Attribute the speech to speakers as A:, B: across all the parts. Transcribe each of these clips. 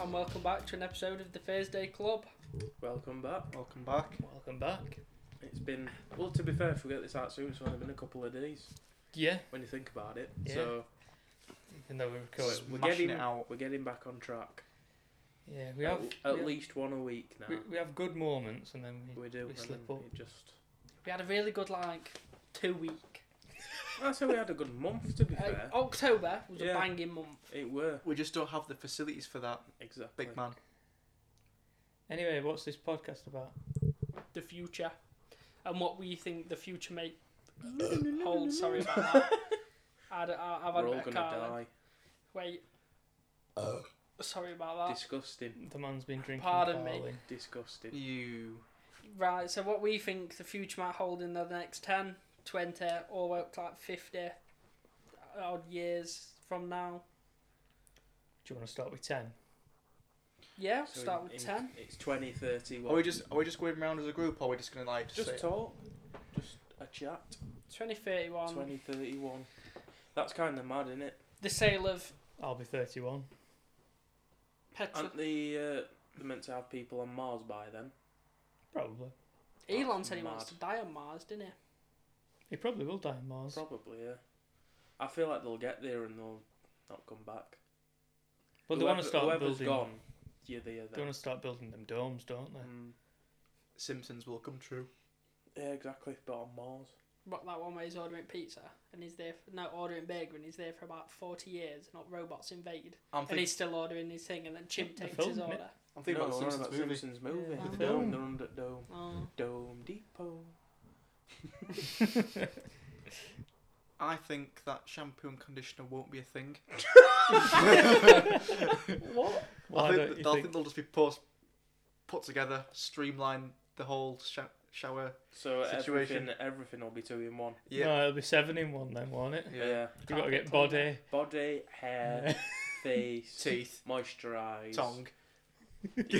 A: and welcome back to an episode of the Thursday Club.
B: Welcome back.
C: Welcome back.
A: Welcome back.
B: It's been well. To be fair, if we get this out soon, it's only been a couple of days
A: Yeah,
B: when you think about it.
A: Yeah.
B: So
A: even though we recorded.
B: we're
C: Smashing
B: getting
C: it out.
B: we're getting back on track.
A: Yeah, we
B: at,
A: have
B: at
A: we have-
B: least one a week now.
A: we, we have good moments, and then
B: We,
A: we
B: do. and
A: slip
B: then
A: up.
B: It just.
A: we had a really good like two week.
B: I say we had a good month. To be
A: Uh,
B: fair,
A: October was a
B: Yeah.
A: banging month.
B: it were
C: We just don't have the facilities for that,
B: exactly.
C: big man.
A: Anyway, what's this podcast about? The future, and what we think the future may hold. Sorry about that. I'd, I, I've had
B: We're
A: a
B: all
A: bit of
B: gonna
A: Carling.
B: die.
A: Wait.
B: Oh.
A: Sorry about that.
B: Disgusting.
D: The man's been drinking.
A: Pardon me.
D: barley.
B: Disgusting.
C: You.
A: Right, so what we think the future might hold in the next 10, 20, or up to like 50 odd years from now.
D: Do you want to start with ten?
A: Yeah,
B: So
A: start
B: in-
A: with
B: in-
A: 10.
B: It's twenty thirty.
C: Are we just are we just going round as a group, or are we just gonna like
B: just
C: say-
B: talk? Just a chat.
A: 2031,
B: Twenty thirty one. That's kind of mad, isn't it?
A: the sale of
D: I'll be thirty-one.
A: petrol.
B: Aren't they, uh, they're meant to have people on Mars by then?
D: Probably.
A: Elon
B: that's
A: said he wants
B: mad.
A: to die on Mars, didn't he?
D: He probably will die on Mars.
B: Probably, yeah. I feel like they'll get there and they'll not come back.
D: but they want to
B: Whoever-
D: start
B: whoever's
D: building.
B: gone, you're there
D: They
B: then.
D: want to start building them domes, don't they?
B: Mm,
C: Simpsons will come true?
B: yeah, exactly, but on Mars.
A: But that one where he's ordering pizza and he's there, for, no, ordering burger and he's there for about 40 years, not robots invade.
C: I'm
A: And
C: thinking.
A: he's still ordering his thing and then Chim
D: They're
A: takes his
D: filming it.
A: order.
C: I'm thinking
B: No,
C: about
B: I
C: the
B: don't know
C: Simpsons movie.
B: Simpsons movie.
A: Yeah. The
B: The dome.
D: film.
B: They're under dome.
A: Oh.
B: Dome Depot.
C: I think that shampoo and conditioner won't be a thing.
A: what?
D: Why
C: I think, that- I
D: don't you think?
C: think they'll just be post, put together, streamline the whole sho shower.
B: So
C: Situation.
B: everything, everything will be two in one.
C: Yeah.
D: No, it'll be seven in one then, won't it?
B: Yeah.
C: Yeah.
D: You've got to
A: Carpet
D: get
A: tunnel.
D: body.
B: Body, hair, face,
C: Teeth.
B: moisturise.
C: Tongue.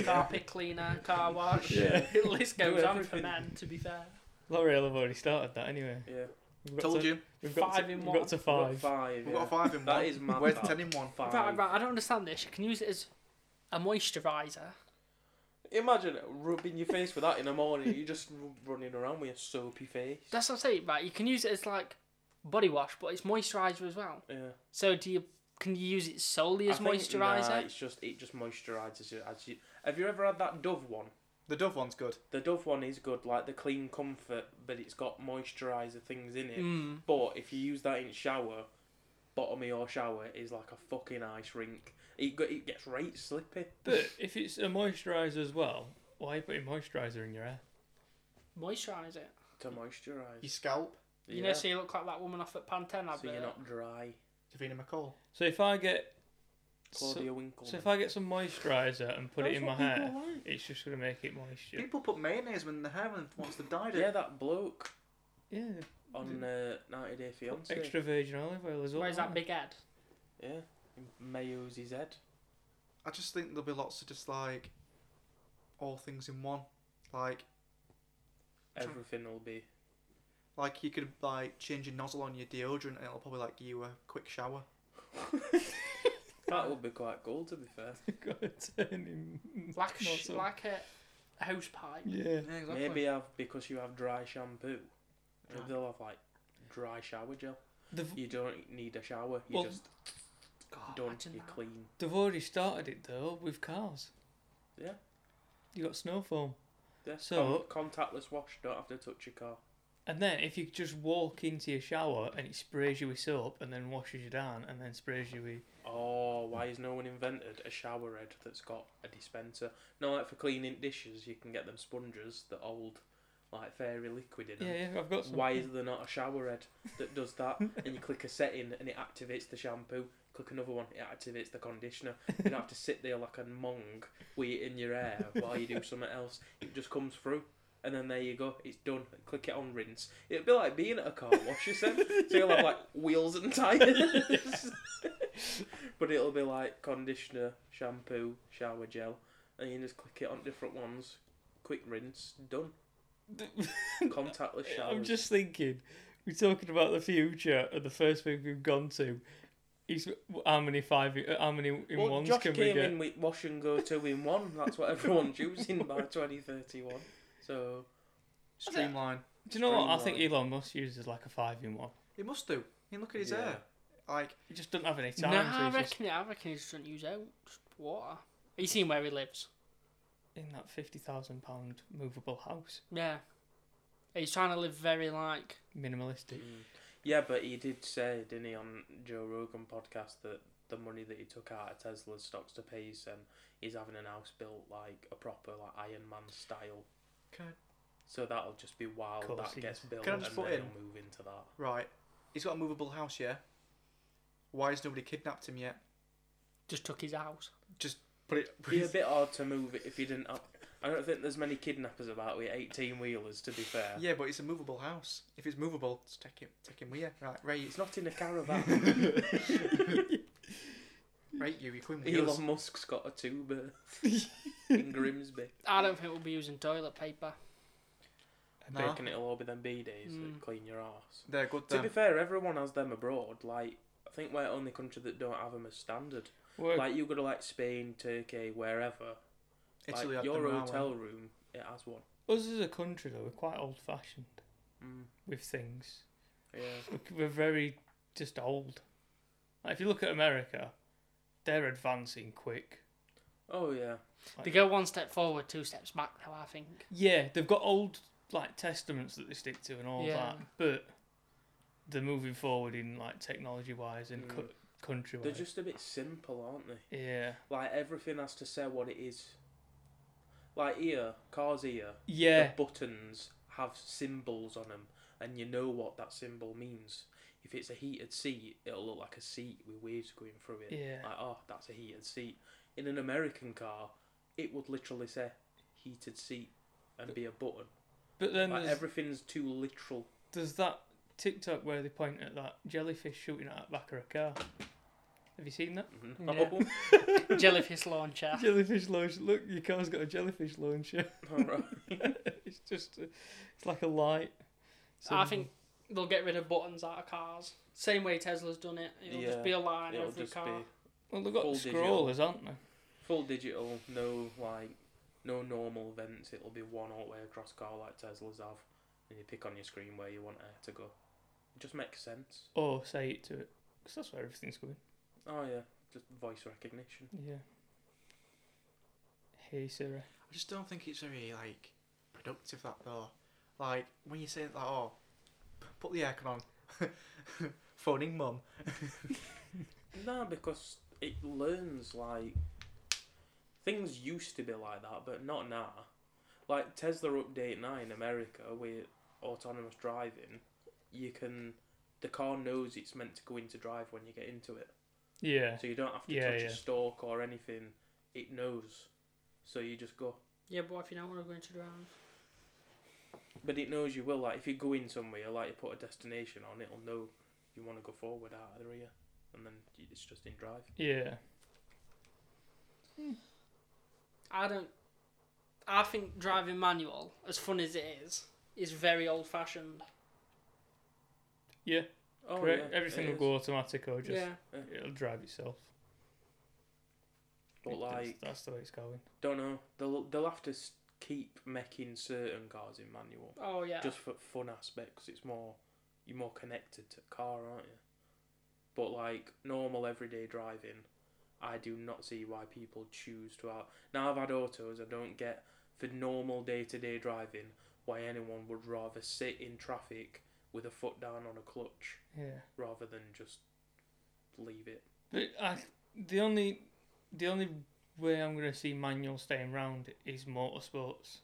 A: Carpet cleaner, car wash.
B: Yeah.
A: the list
B: Do
A: goes on for
B: everything.
A: men, to be fair.
D: L'Oreal have already started that anyway.
B: Yeah.
D: We've got
C: Told
D: to,
C: you.
D: We've got
A: Five
D: to,
A: in
D: we've
A: one.
D: Got to
B: We've got
D: five.
B: Five.
C: We've
B: yeah.
C: got a five in
B: That
C: one.
B: is mad,
C: Where's
B: that.
C: ten in one?
B: Five.
A: Right, right, I don't understand this. You can use it as a moisturiser.
B: Imagine rubbing your face with that in the morning. You're just r- running around with a soapy face.
A: That's what I'm saying, right? You can use it as like body wash, but it's moisturiser as well.
B: Yeah.
A: So do you can you use it solely
B: I
A: as
B: think,
A: moisturiser?
B: Nah, it's just it just moisturizes you. As you. Have you ever had that Dove one?
C: The Dove one's good.
B: The Dove one is good, like the clean comfort, but it's got moisturizer things in it.
A: Mm.
B: But if you use that in shower, bottom of your shower is like a fucking ice rink. It go, it gets right slippy.
D: But if it's a moisturiser as well, why are you putting moisturiser in your hair?
A: Moisturise it.
B: to moisturize.
C: Your scalp.
A: You know, so you look like that woman off at Pantene
B: so
A: advert.
B: you're not dry.
C: Davina McCall.
D: So if I get so,
B: Claudia Winkle.
D: so if I get some moisturiser and put it in my hair,
B: Like.
D: it's just gonna make it moisture.
C: People put mayonnaise when the hair and once they've dyed it.
B: Yeah, that bloke
D: Yeah.
B: on uh, 90 Day Fiance.
D: Mm. Extra virgin olive oil as well.
A: Where's that
D: isn't it?
A: big head?
B: Yeah, he mayos his head.
C: I just think there'll be lots of just like all things in one. Like Sure.
B: Everything will be.
C: like you could like change your nozzle on your deodorant and it'll probably like give you a quick shower.
B: That would be quite cool, to be fair.
D: Got a turning
A: Like a, sh-
D: nozzle.
A: like a hose pipe.
D: Yeah.
C: Yeah,
B: Maybe have because you have dry shampoo.
C: Yeah.
B: They'll have like dry shower gel.
D: They've,
B: You don't need a shower. You
D: Well,
B: just
A: God,
B: don't.
A: imagine
B: You
A: that.
B: clean.
D: they've already started it though with cars.
B: Yeah.
D: You got snow foam,
B: Yeah.
D: So-
B: con- contactless wash. Don't have to touch your car.
D: and then if you just walk into your shower and it sprays you with soap and then washes you down and then sprays you with
B: Oh, why has no one invented a shower head that's got a dispenser? No, like for cleaning dishes, you can get them sponges that hold like fairy liquid in them.
D: yeah yeah I've got some.
B: Why is there not a shower head that does that? and you click a setting and it activates the shampoo. Click another one, it activates the conditioner. You don't have to sit there like a mong with it in your hair while you do something else. It just comes through. And then there you go, it's done. Click it on rinse. It'd be like being at a car wash, you said. So you'll have like wheels and tyres. but it'll be like conditioner, shampoo, shower gel. And you just click it on different ones. Quick rinse, done. Contactless showers.
D: I'm just thinking, we're talking about the future and the first thing we've gone to. He's, how many five? uh, How many in
B: well,
D: ones
B: Josh
D: can we
B: came
D: get?
B: in with wash and go two in one. That's what everyone's using by 2031. So
C: Streamline.
D: Do you know what? I think
B: Streamline.
D: Elon Musk uses like a five in one.
C: He must do. I mean, look at his
B: yeah.
C: hair. Like,
D: He just doesn't have any time. so
A: Nah, I
D: he's just
A: reckon, I reckon he doesn't use out just water. Have you seen where he lives?
D: in that fifty thousand pound movable house,
A: Yeah. He's trying to live very like.
D: minimalistic.
B: Mm. Yeah, but he did say, didn't he, on Joe Rogan podcast that the money that he took out of Tesla's stocks to pay his son, he's having an house built like a proper like Iron Man style.
C: can
B: So that'll just be while
D: Course
B: that
D: he
B: gets
D: does.
B: built,
C: Can I
B: and
C: just
B: then
C: put in-
B: he'll move into that.
C: I- right. He's got a movable house, yeah? Why has nobody kidnapped him yet?
A: Just took his house.
C: Just put it.
B: It'd be a bit hard to move it if you didn't. Have, I don't think there's many kidnappers about with eighteen wheelers. To be fair,
C: Yeah, but it's a movable house. If it's movable, just take him, take him with you. Right, Ray,
B: it's not in a caravan.
C: Ray, you, you're coming with us.
B: Elon Musk's got a tuber in Grimsby.
A: I don't think we'll be using toilet paper.
C: Nah.
B: Thinking it'll all be them B days
A: Mm.
B: that clean your arse.
C: They're good
B: To be
C: then.
B: fair, everyone has them abroad. Like I think we're the only country that don't have them as standard.
D: Well,
B: Like you go to like Spain, Turkey, wherever.
C: Italy
B: like,
C: had
B: your
C: them now,
B: hotel
C: eh?
B: room, it has one.
D: us as a country though, we're quite old fashioned
B: Mm.
D: with things.
B: Yeah.
D: Look, We're very just old. Like, if you look at America, they're advancing quick.
B: Oh yeah.
A: They go one step forward, two steps back now, I think.
D: Yeah, they've got old like testaments that they stick to and all
A: Yeah.
D: that, but they're moving forward in like technology wise and
B: Mm.
D: co- country
B: They're
D: wise.
B: just a bit simple, aren't they?
D: Yeah,
B: Like everything has to say what it is. Like here, cars here,
D: yeah,
B: the buttons have symbols on them, and you know what that symbol means. If it's a heated seat, it'll look like a seat with waves going through it.
D: Yeah.
B: Like, oh, that's a heated seat. In an American car, it would literally say heated seat and be a button.
D: but then
B: Like,
D: there's,
B: everything's too literal.
D: there's that TikTok where they point at that jellyfish shooting at the back of a car. Have you seen that?
B: No.
A: Jellyfish launcher.
D: Jellyfish launcher. Look, your car's got a jellyfish launcher.
B: Alright.
D: it's just, a- it's like a light.
A: I
D: symbol.
A: think they'll get rid of buttons out of cars. Same way Tesla's done it. It'll just
B: Yeah.
A: be a line
B: It'll
A: every
B: just
A: car.
B: be
D: Well, they've got
B: full digital.
D: scrollers, aren't they?
B: full digital, no like no normal vents, it'll be one all the way across car like Tesla's have. And you pick on your screen where you want air to go. It just makes sense.
D: Or say it to it, 'cause that's where everything's going.
B: Oh yeah, just voice recognition.
D: Yeah. Hey Sarah.
C: I just don't think it's very like productive that though. Like when you say like, oh, p- put the aircon on, phoning mum.
B: No, because it learns like things used to be like that, but not now. Like Tesla Update Nine in America with autonomous driving, you can the car knows it's meant to go into drive when you get into it.
D: Yeah.
B: So you don't have to
D: Yeah,
B: touch
D: yeah.
B: a stalk or anything. It knows. So you just go.
A: Yeah, but what if you don't want to go into drive?
B: But it knows you will. Like if you go in somewhere, like you put a destination on, it'll know you want to go forward out of the rear, and then you- it's just in drive.
D: Yeah.
A: I don't. I think driving manual, as fun as it is, is very old fashioned.
D: Yeah.
B: Oh,
D: correct.
B: yeah,
D: Everything
B: it
D: will
B: is.
D: go automatic or just
A: yeah.
D: it'll drive itself.
B: But
D: It- that's-
B: like,
D: that's the way it's going.
B: don't know. They'll they'll have to s- keep making certain cars in manual
A: Oh yeah.
B: just for fun aspects. It's more you're more connected to the car, aren't you? But like normal everyday driving, I do not see why people choose to out. Now I've had autos. I don't get for normal day to day driving why anyone would rather sit in traffic with a foot down on a clutch
D: Yeah.
B: rather than just leave it.
D: But I, the only the only way I'm gonna see manual staying round is motorsports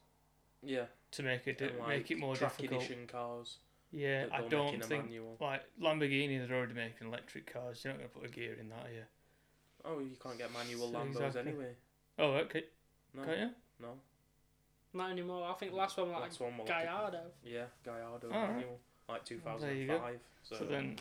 B: Yeah,
D: to make it di-
B: and, like,
D: make it more
B: track
D: difficult.
B: edition cars.
D: Yeah,
B: that
D: I
B: they'll make in
D: don't
B: a
D: think
B: manual.
D: like Lamborghini. They're already making electric cars. You're not gonna put a gear in that, are you?
B: Oh, you can't get manual
D: So
B: Lambos
D: exactly.
B: anyway.
D: Oh, okay.
B: No,
D: Can't you?
B: no.
A: Not anymore. I think last one was like
B: Last one will have to-
A: Gallardo.
B: Yeah, Gallardo
D: All right.
B: manual, like
D: Well, there you
B: 2005.
D: go.
B: so,
D: So then,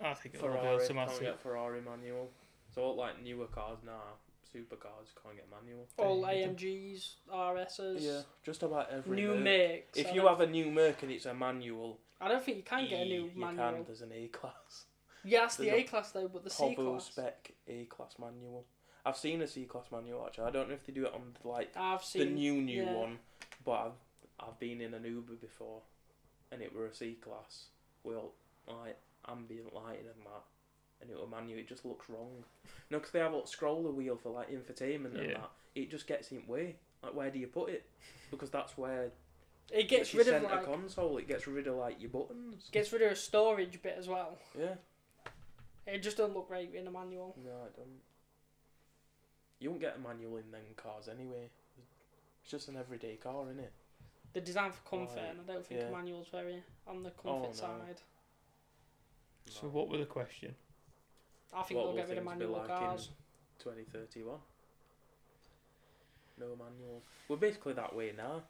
D: I think it'll be
B: Ferrari can't
D: automatic.
B: get Ferrari manual. So all like newer cars now, supercars can't get manual.
A: All
D: There you go.
A: AMGs, RSs.
B: Yeah, just about every
A: New
B: Merc.
A: makes. I
B: If you
A: don't-
B: have a new Merc and it's a manual,
A: I don't think you can get a
B: E,
A: new
B: you
A: manual.
B: can. There's an A class.
A: Yeah, that's the
B: There's
A: A
B: a
A: class though, but the C
B: Povo
A: class.
B: spec A class manual. I've seen a C class manual actually. I don't know if they do it on like
A: I've
B: the
A: seen
B: new new
A: yeah.
B: one, but I've I've been in an Uber before, and it were a C class. Well, like ambient lighting and that, and it were manual. It just looks wrong. No, because they have a scroller wheel for like infotainment and
D: Yeah.
B: that. It just gets in the way. Like where do you put it? Because that's where
A: It gets
B: if you
A: rid of
B: sent
A: like
B: a console. It gets rid of like your buttons.
A: gets rid of a storage bit as well.
B: yeah.
A: It just doesn't look right in the manual.
B: No, I don't. You won't get a manual in them cars anyway. It's just an everyday car, isn't it?
A: The design for comfort,
B: Right,
A: and I don't think
B: yeah.
A: the manual's very on the comfort
B: Oh, no.
A: side.
D: So what were the question?
A: I think
B: What
A: they'll
B: will
A: get rid of
B: things be
A: manual
B: like in-
A: cars.
B: 2031. No manuals. We're basically that way now.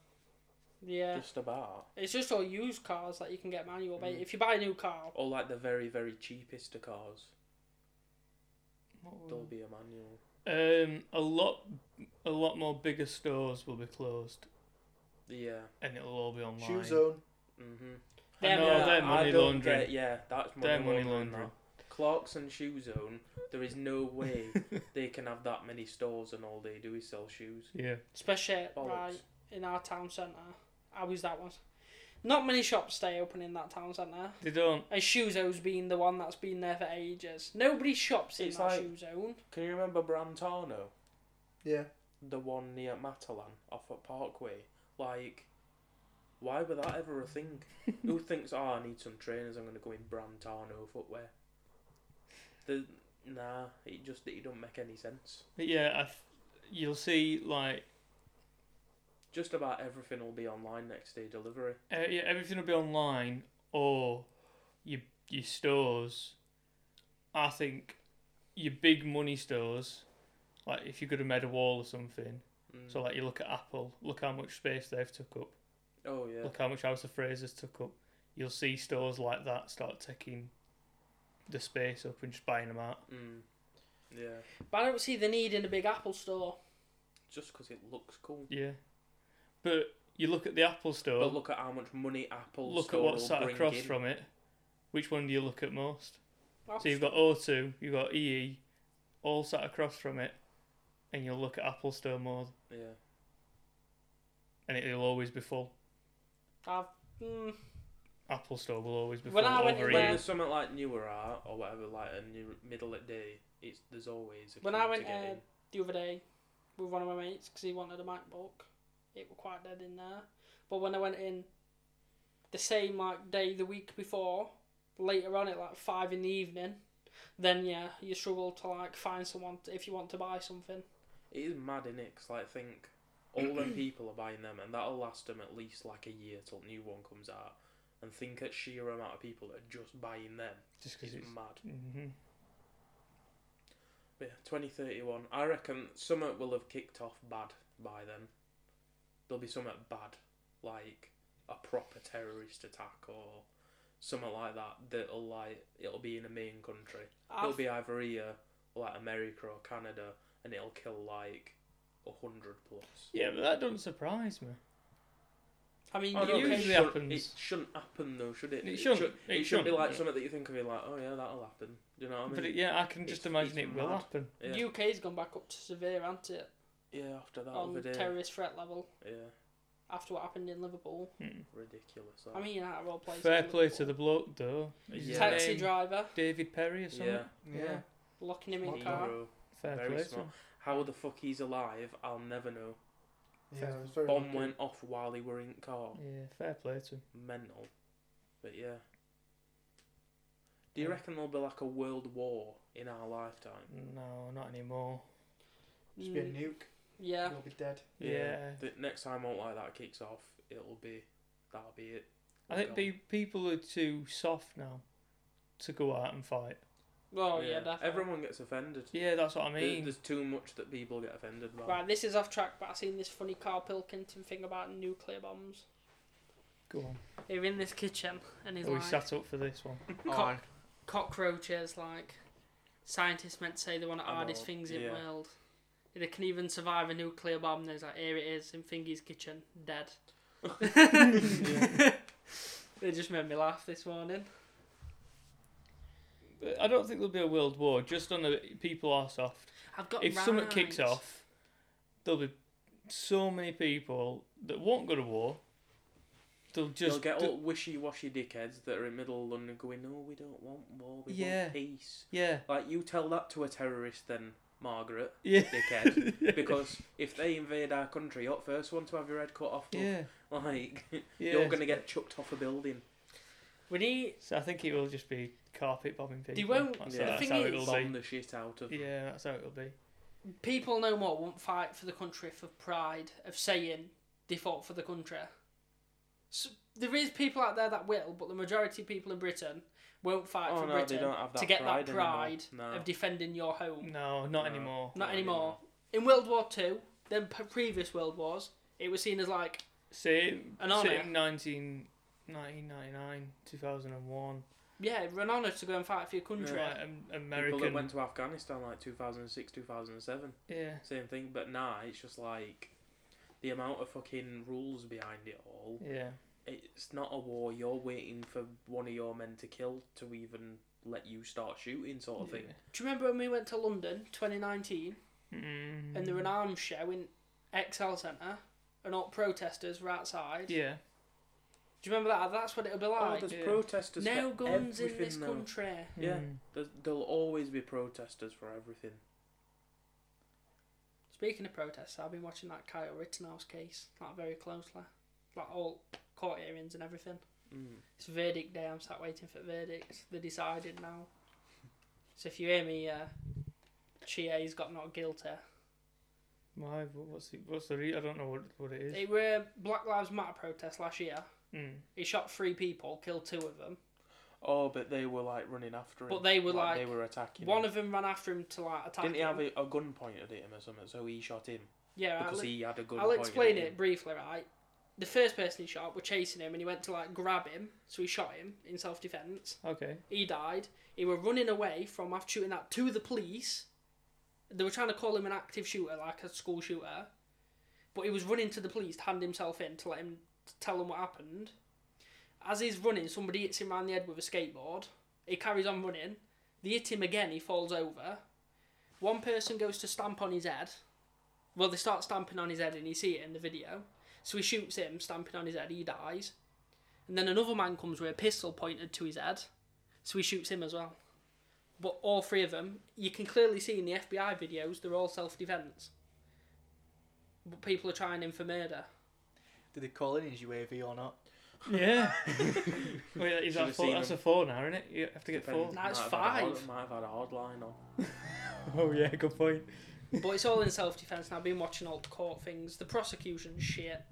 A: Yeah,
B: Just about.
A: it's just all used cars that you can get manual. But
B: Mm.
A: if you buy a new car,
B: Or like the very, very cheapest of cars.
D: What were-
B: There'll be a manual.
D: Um, a lot, a lot more bigger stores will be closed,
B: Yeah.
D: and it'll all be online.
C: Shoe zone.
B: Mm-hmm.
A: Yeah,
D: I know
A: yeah,
D: they're
B: I
D: money
B: don't
D: laundering.
B: Get, yeah, that's money
D: They're money
B: laundering.
D: laundering.
B: that. Clark's and Shoe Zone, there is no way they can have that many stores and all they do is sell shoes.
D: yeah,
A: especially
B: Bollocks.
A: right in our town centre, I was that one. Not many shops stay open in that town centre.
D: they don't.
A: And Shuzo's been the one that's been there for ages. Nobody shops in
B: It's
A: that
B: like-
A: shoe zone.
B: Can you remember Brantano?
C: Yeah.
B: the one near Matalan off at Parkway. Like, why would that ever a thing? Who thinks, oh, I need some trainers, I'm going to go in Brantano footwear? The, nah, it just it don't make any sense.
D: But yeah, I f- you'll see like
B: Just about everything will be online next day delivery.
D: uh, yeah, everything will be online or your your stores. I think your big money stores, like if you could have made a wall or something.
B: Mm.
D: So like you look at Apple, look how much space they've took up.
B: oh yeah,
D: Look how much House of Fraser's took up. You'll see stores like that start taking the space up and just buying them out.
B: mm. yeah,
A: But I don't see the need in a big Apple store.
B: just because it looks cool.
D: Yeah. But you look at the Apple store,
B: But
D: look,
B: look at how much money Apple
D: at
B: store will
D: what's sat
B: bring
D: across
B: in.
D: from it. Which one do you look at most?
A: Apple
D: So you've got O2, you've got EE, all sat across from it, and you'll look at Apple store more,
B: Yeah,
D: and it'll always be full.
A: I've, mm,
D: Apple store will always be full.
A: When I went
D: over
A: in
B: when
D: EE.
A: there-
B: there's something like newer art or whatever, like a new middle at day, it's there's always a
A: When
B: queue
A: I
B: to
A: went,
B: get
A: uh,
B: in.
A: the other day with one of my mates because he wanted a MacBook. It were quite dead in there. But when I went in the same like day the week before, later on at like five in the evening, then yeah, you struggle to like find someone t if you want to buy something.
B: It is mad, innit? 'Cause like, think all them people are buying them, and that'll last them at least like a year till new one comes out. And think at sheer amount of people that are just buying them.
D: Just 'cause
B: It's
D: it's.
B: mad.
D: hmm
B: But yeah, twenty thirty one. I reckon summer will have kicked off bad by then. There'll be something bad, like a proper terrorist attack or something like that. That'll like it'll be in a main country.
A: I've,
B: It'll be either here, or like America or Canada, and it'll kill like a hundred plus.
D: Yeah, but that doesn't surprise me.
A: I mean,
B: Oh,
A: the
B: no,
A: UK
B: it,
D: usually
B: shouldn't,
D: happens.
B: it shouldn't happen though, should it?
D: It shouldn't.
B: should-
D: It
B: It, shouldn't be
D: shouldn't,
B: like
D: yeah.
B: something that you think of, you're like, oh yeah, that'll happen. Do you know what I mean?
D: But it, yeah, I can
B: It's-
D: just imagine
B: it's
D: it will
B: mad.
D: happen.
B: yeah.
A: UK's gone back up to severe, hasn't it?
B: yeah, after that
A: on
B: other day.
A: terrorist threat level
B: yeah,
A: after what happened in Liverpool.
D: Hmm.
B: ridiculous.
A: I mean, out of all places.
D: Fair
A: in
D: play to
A: Liverpool.
D: the bloke though. Is his
B: Yeah.
A: taxi
D: name
A: driver
D: David Perry or something.
B: yeah,
C: Yeah.
A: locking him in
C: Smart
A: the car.
B: hero.
D: Fair
B: Very
D: play to
B: smart.
D: him.
B: How the fuck he's alive, I'll never know.
C: Yeah. it was very
B: Bomb
C: lucky.
B: went off while he were in car.
D: Yeah, fair play to him.
B: Mental. But yeah. Do you
D: Yeah.
B: reckon there'll be like a world war in our lifetime?
D: No, not anymore.
C: Just be a
A: Mm,
C: nuke.
A: yeah.
C: You'll be dedead
D: Yeah.
B: The next time won't like that kicks off, it'll be that'll be it.
D: I think pe- people are too soft now to go out and fight.
A: Oh yeah, definitely.
B: Everyone gets offended.
D: Yeah, that's what I
B: There-
D: mean.
B: There's too much that people get offended by.
A: Right, this is off track, but I seen this funny Carl Pilkington thing about nuclear bombs.
D: Go on.
A: They're in this kitchen, and he's
D: Oh, we
A: like,
D: sat up for this one.
C: Oh,
A: Cock- cockroaches, like, scientists meant to say they're one of the
B: I
A: hardest
B: know,
A: things in
B: yeah.
A: the world. They can even survive a nuclear bomb. And he's like, here it is, in Fingy's kitchen, dead. they just made me laugh this morning.
D: I don't think there'll be a world war. Just on the people are soft.
A: I've got
D: If something kicks
A: round.
D: off, there'll be so many people that won't go to war. They'll
B: You'll
D: just
B: get
D: d-
B: all wishy-washy dickheads that are in middle of London going, "No, we don't want war. We
D: Yeah.
B: want peace."
D: yeah
B: Like you tell that to a terrorist, then Margaret,
D: yeah
B: dickhead, because if they invade our country, you're the first one to have your head cut off. love.
D: yeah
B: Like
D: yeah.
B: you're gonna get chucked off a building.
A: We need.
D: So I think it will just be carpet bombing people.
A: They won't-
D: That's,
B: Yeah.
D: how-
B: the
D: that's
A: thing
D: how
A: is-
D: it'll
B: Bomb
D: be.
B: the shit out of.
D: Yeah, that's how it'll be.
A: People no more won't fight for the country for pride of saying they fought for the country. So, there is people out there that will, but the majority of people in Britain won't fight
B: Oh
A: for
B: no, they
A: Britain
B: don't have that
A: to get
B: pride
A: that pride
B: anymore. No.
A: of defending your home.
D: No, not
B: No.
D: anymore.
A: Not
B: Not
A: anymore.
B: anymore.
A: In World War Two, then p- previous World Wars, it was seen as like
D: Same.
A: An honour.
D: Same. 19, 1999, 2001.
A: yeah, an honour to go and fight for your country.
D: Right, um,
B: People that
D: American.
B: went to Afghanistan like 2006, 2007,
D: yeah.
B: same thing. But now it's just like the amount of fucking rules behind it all.
D: Yeah.
B: It's not a war. You're waiting for one of your men to kill to even let you start shooting, sort of thing.
A: Do you remember when we went to London, 2019,
D: Mm.
A: and there were an arms show in XL Centre, and all protesters were outside?
D: Yeah.
A: Do you remember that? That's what it'll be
B: Oh,
A: like.
B: there's
D: Yeah.
B: protesters.
A: no
B: for
A: guns in
B: everything,
A: this
B: though.
A: country.
B: Yeah.
D: Mm.
B: There's, there'll always be protesters for everything.
A: Speaking of protests, I've been watching that Kyle Rittenhouse case like very closely, like all court hearings and everything.
B: Mm.
A: It's verdict day. I'm sat waiting for verdicts. They're decided now. So if you hear me, uh, Chia's got not guilty.
D: Why? Wha- What's the, what's the re- I don't know what, what it is.
A: They were Black Lives Matter protests last year.
D: Mm.
A: He shot three people, killed two of them.
B: Oh, but they were like running after him.
A: But they were,
B: they
A: like,
B: were attacking.
A: One
B: him.
A: of them ran after him to like attack.
B: Didn't he
A: him.
B: have a, a gun pointed at him or something? So he shot him
A: Yeah, I'll,
B: because he had a gun.
A: I'll
B: pointed
A: explain
B: at
A: it
B: him.
A: briefly. Right, the first person he shot were chasing him, and he went to like grab him, so he shot him in self defense.
D: Okay.
A: He died. He were running away from after shooting that to the police. They were trying to call him an active shooter, like a school shooter, but he was running to the police to hand himself in to let him to tell them what happened. As he's running, somebody hits him around the head with a skateboard. He carries on running. They hit him again. He falls over. One person goes to stamp on his head. Well, they start stamping on his head, and you see it in the video. So he shoots him, stamping on his head. He dies. And then another man comes with a pistol pointed to his head. So he shoots him as well. But all three of them, you can clearly see in the FBI videos, they're all self defence. But people are trying him for murder.
C: Did they call in his UAV or not?
D: Yeah. Wait,
B: Should
D: is that
B: have
D: four?
B: seen
D: That's
B: them.
D: a four now, isn't it? You have to get
B: Depends.
D: four.
A: Nah, it's
B: Might have had a hard-
A: five.
B: Might have had a hard line on.
D: Oh yeah, good point.
A: But it's all in self defence, and I've been watching all the court things, the prosecution shit.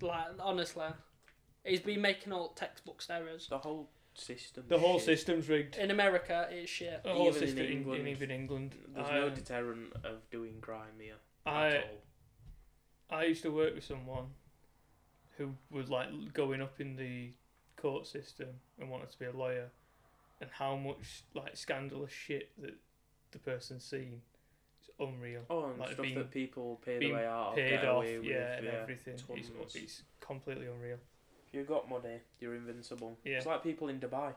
A: Like, honestly, he's been making all textbooks errors.
B: The whole system.
D: The whole
B: shit.
D: system's rigged.
A: In America, it's shit.
D: The whole
B: Even in
D: system in
B: England.
D: in- even England.
B: There's
D: I,
B: no deterrent of doing crime here
D: I
B: at all.
D: I used to work with someone who was like going up in the court system and wanted to be a lawyer, and how much like scandalous shit that the person's seen. It's unreal.
B: Oh, and
D: like
B: stuff
D: being-
B: that people pay the
D: being
B: way out,
D: Paid
B: Oh, get
D: off,
B: away with.
D: yeah, and everything. It's,
B: tons.
D: it's completely unreal.
B: If you got money, you're invincible.
D: Yeah.
B: It's like people in Dubai.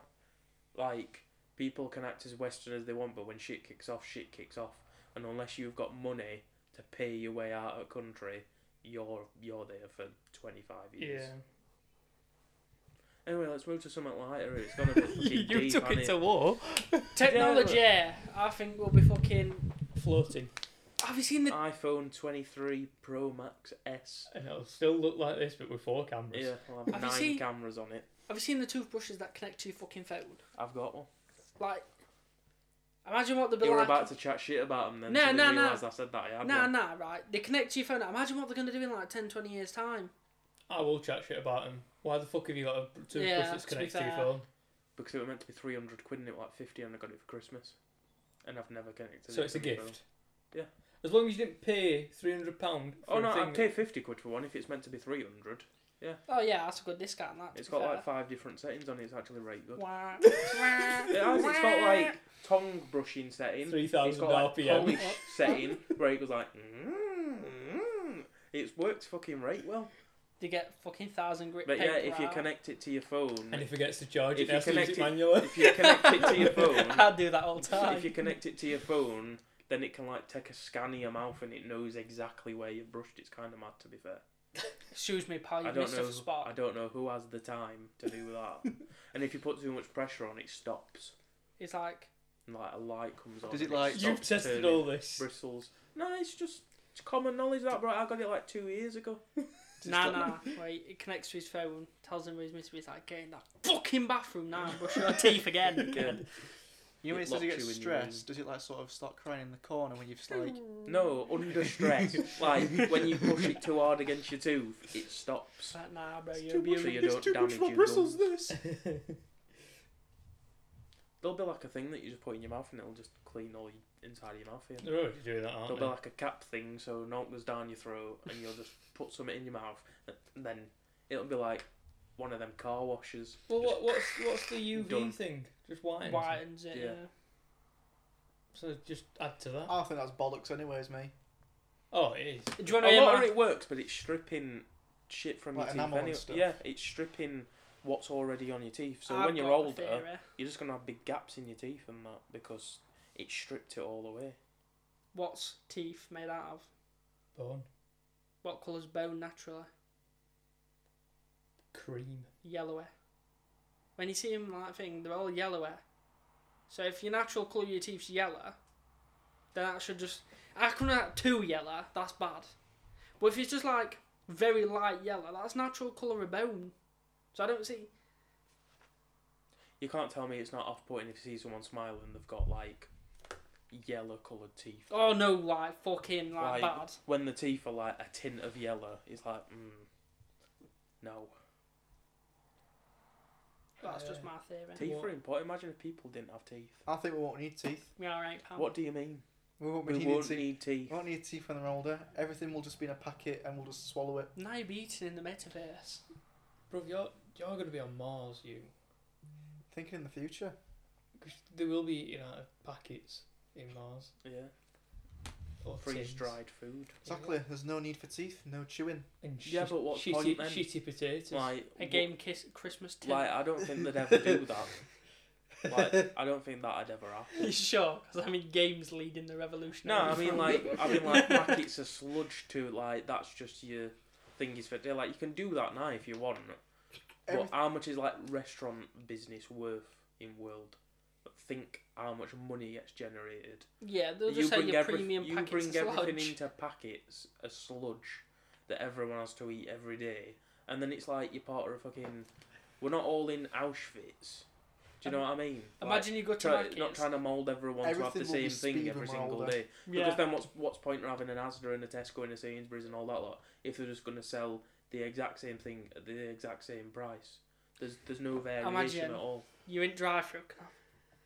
B: Like people can act as Western as they want, but when shit kicks off, shit kicks off. And unless you've got money to pay your way out of country, you're you're there for twenty five years.
D: Yeah.
B: Anyway, let's move to something lighter. It's gonna be fucking
D: you
B: deep,
D: took
B: hasn't
D: it to war.
A: Technology, I think, will be fucking.
D: Floating.
A: Have you seen the.
B: iPhone twenty three Pro Max S.
D: And it'll still look like this, but with four cameras.
B: Yeah, I'll have
A: Have you
B: nine
A: seen-
B: cameras on it.
A: Have you seen the toothbrushes that connect to your fucking phone?
B: I've got one.
A: Like, imagine what they'd be
B: you were
A: like.
B: about to chat shit about them then.
A: No,
B: so they
A: no, no.
B: realised I said that I had
A: Nah,
B: one.
A: nah, right. They connect to your phone. now. Imagine what they're going to do in like 10, 20 years' time.
D: I will chat shit about him. Why the fuck have you got a toothbrush
A: Yeah,
D: that's
A: to be
D: connected to your
A: fair.
D: phone?
B: because it was meant to be 300 quid and it was like 50 and I got it for Christmas. And I've never connected
D: So
B: it
D: it's a
B: to my
D: gift.
B: phone. Yeah.
D: As long as you didn't pay three hundred pound.
B: Oh no,
D: thing
B: I'd pay 50 quid for one if it's meant to be 300.
A: Oh yeah, that's a good discount. That to
B: It's
A: be
B: got
A: fair.
B: like five different settings on it, it's actually right good.
A: Wah,
B: It
A: wah,
B: has, it's got
A: wah.
B: like tongue brushing setting.
D: three
B: It's
D: thousand
B: got like
D: RPM.
B: Polish "Mm-hmm." setting where it goes like. Mm, mm. It's worked fucking right well.
A: They get fucking thousand grit.
B: But yeah,
A: paper
B: if you
A: out.
B: connect it to your phone,
E: And if he gets to charge,
B: If
E: it
B: you
E: has to use
B: connect
E: it
B: it-
E: manually.
B: if you connect it to your phone,
A: I do that all the time.
B: if you connect it to your phone, then it can like take a scan of your mouth and it knows exactly where you brushed. It's kind of mad, to be fair.
A: Excuse me, pal, Oh, you
B: I don't
A: missed
B: know.
A: a spot.
B: I don't know who has the time to do that. and if you put too much pressure on, it stops.
A: It's like
B: And like a light comes on.
C: Does
B: and
C: it, like-
B: stops
D: You've tested
B: turning
D: all this.
B: bristles? No, it's just it's common knowledge that, bro. I got it like two years ago.
A: nah, nah. Wait, it connects to his phone, tells him where he's missed. He's like, get in that fucking bathroom now and brush your teeth again.
B: Again.
C: You know, when
B: It
C: it says you get
B: locks you in your
C: stressed. Does it like sort of start crying in the corner when you've just, like?
B: No, under stress, like when you push it too hard against your tooth, it stops.
A: It's like, nah, bro,
B: too
A: you're
B: much
A: abusing.
B: you don't damage your gums.
C: This.
B: There'll be like a thing that you just put in your mouth and it'll just clean all your, inside of your mouth. Here.
D: They're already doing that,
B: There'll
D: aren't
B: be
D: they?
B: like a cap thing so no one goes down your throat and you'll just put something in your mouth and then it'll be like one of them car washers.
D: Well,
B: Just-
D: what, what's what's the UV
B: Done.
D: thing? Just white.
A: Whitens it.
B: Yeah.
A: Yeah.
D: So just add to that.
C: I think that's bollocks, anyways, mate.
D: Oh, it is.
A: Do you want to
B: a
A: hear
B: lot
A: my?
B: of it works, but it's stripping shit from
C: Like
B: your teeth.
C: enamel and
B: anyway.
C: stuff.
B: Yeah, it's stripping what's already on your teeth. So
A: I've
B: when you're
A: got a
B: older,
A: theory.
B: you're just gonna have big gaps in your teeth and that because it stripped it all away.
A: what's teeth made out of?
D: Bone.
A: What colour's bone naturally?
D: Cream.
A: Yellowy. When you see them like thing, they're all yellowy. So if your natural colour of your teeth's yellow, then that should just. I couldn't have too yellow. That's bad. But if it's just like very light yellow, that's natural colour of bone. So I don't see.
B: You can't tell me it's not off putting if you see someone smiling and they've got like yellow coloured teeth.
A: Oh no, like fucking like,
B: Like-
A: bad.
B: When the teeth are like a tint of yellow, it's like, mm, no.
A: That's just
D: Uh,
A: my theory.
B: Teeth
D: What?
B: are important. Imagine if people didn't have teeth.
C: I think we won't need teeth.
A: We are right, pal.
B: What do you mean?
C: We won't
B: We
C: be needing
B: won't
C: teeth.
B: need teeth.
C: We won't need teeth when they're older. Everything will just be in a packet, and we'll just swallow it.
A: Now you're eating in the metaverse.
D: Bro, you're you're gonna be on Mars, you.
C: Thinking in the future.
D: 'Cause they will be eating out of packets in Mars.
B: Yeah,
D: Or
B: freeze
D: tins.
B: dried food.
C: Exactly. There's no need for teeth. No chewing.
D: And shit,
B: Yeah, but what's
D: shitty,
B: point then?
D: shitty potatoes.
B: Like
A: A
B: wh-
A: game kiss Christmas tin.
B: Like I don't think they'd ever do that. Like I don't think that'd ever happen.
A: You sure? Because I mean, games leading the revolution.
B: No, I mean like I mean like packets of sludge to like that's just your thingies for day. Like you can do that now if you want. But
C: Everyth-
B: how much is like restaurant business worth in world? Think how much money gets generated.
A: yeah, they'll just say your
B: everyth-
A: premium
B: you
A: packets
B: bring
A: of sludge.
B: everything into packets of sludge that everyone has to eat every day, and then it's like you're part of a fucking. We're not all in Auschwitz. Do you know what I mean? Like,
A: Imagine you go to
B: try,
A: markets.
B: not trying to mold everyone to have the
C: Everything will
B: same
C: be
B: thing
C: speed when
B: every
C: we're
B: single
C: older.
B: day.
A: yeah.
B: Because then what's what's point in having an Asda and a Tesco and a Sainsbury's and all that lot if they're just going to sell the exact same thing at the exact same price? There's there's no variation
A: Imagine.
B: at all.
A: You're in drive-through. Can I,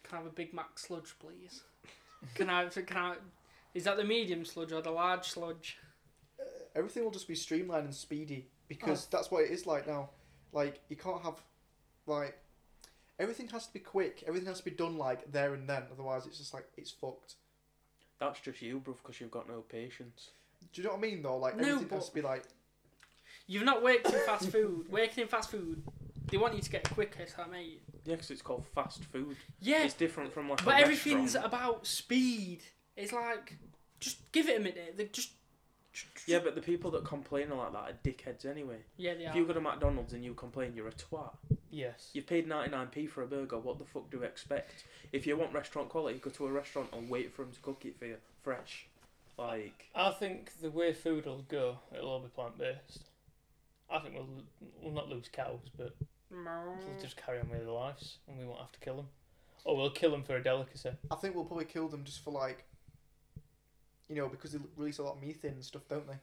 A: can I have a Big Mac sludge, please? Can I? Can I? Is that the medium sludge or the large sludge?
C: uh, everything will just be streamlined and speedy because
A: Oh.
C: that's what it is like now. Like you can't have, like, everything has to be quick. Everything has to be done like there and then. Otherwise, it's just like it's fucked.
B: That's just you, bruv, because you've got no patience.
C: Do you know what I mean though? Like
A: No,
C: everything
A: but-
C: has to be like
A: You've not worked in fast food. Working in fast food, they want you to get quicker. So I mean,
B: Yeah, 'cause it's called fast food.
A: yeah,
B: It's different from like.
A: But
B: a
A: everything's
B: restaurant.
A: about speed. It's like, just give it a minute. They just
B: Yeah, but the people that complain like that are dickheads anyway.
A: yeah, they
B: If
A: are.
B: you go to McDonald's and you complain, you're a twat.
D: yes.
B: You've paid 99p for a burger, what the fuck do you expect? If you want restaurant quality, go to a restaurant and wait for them to cook it for you fresh. Like,
D: I think the way food will go, it'll all be plant based. I think we'll we'll not lose cows, but we'll just carry on with their lives, and we won't have to kill them, or we'll kill them for a delicacy.
C: I think we'll probably kill them just for like, you know, because they release a lot of methane and stuff, don't they?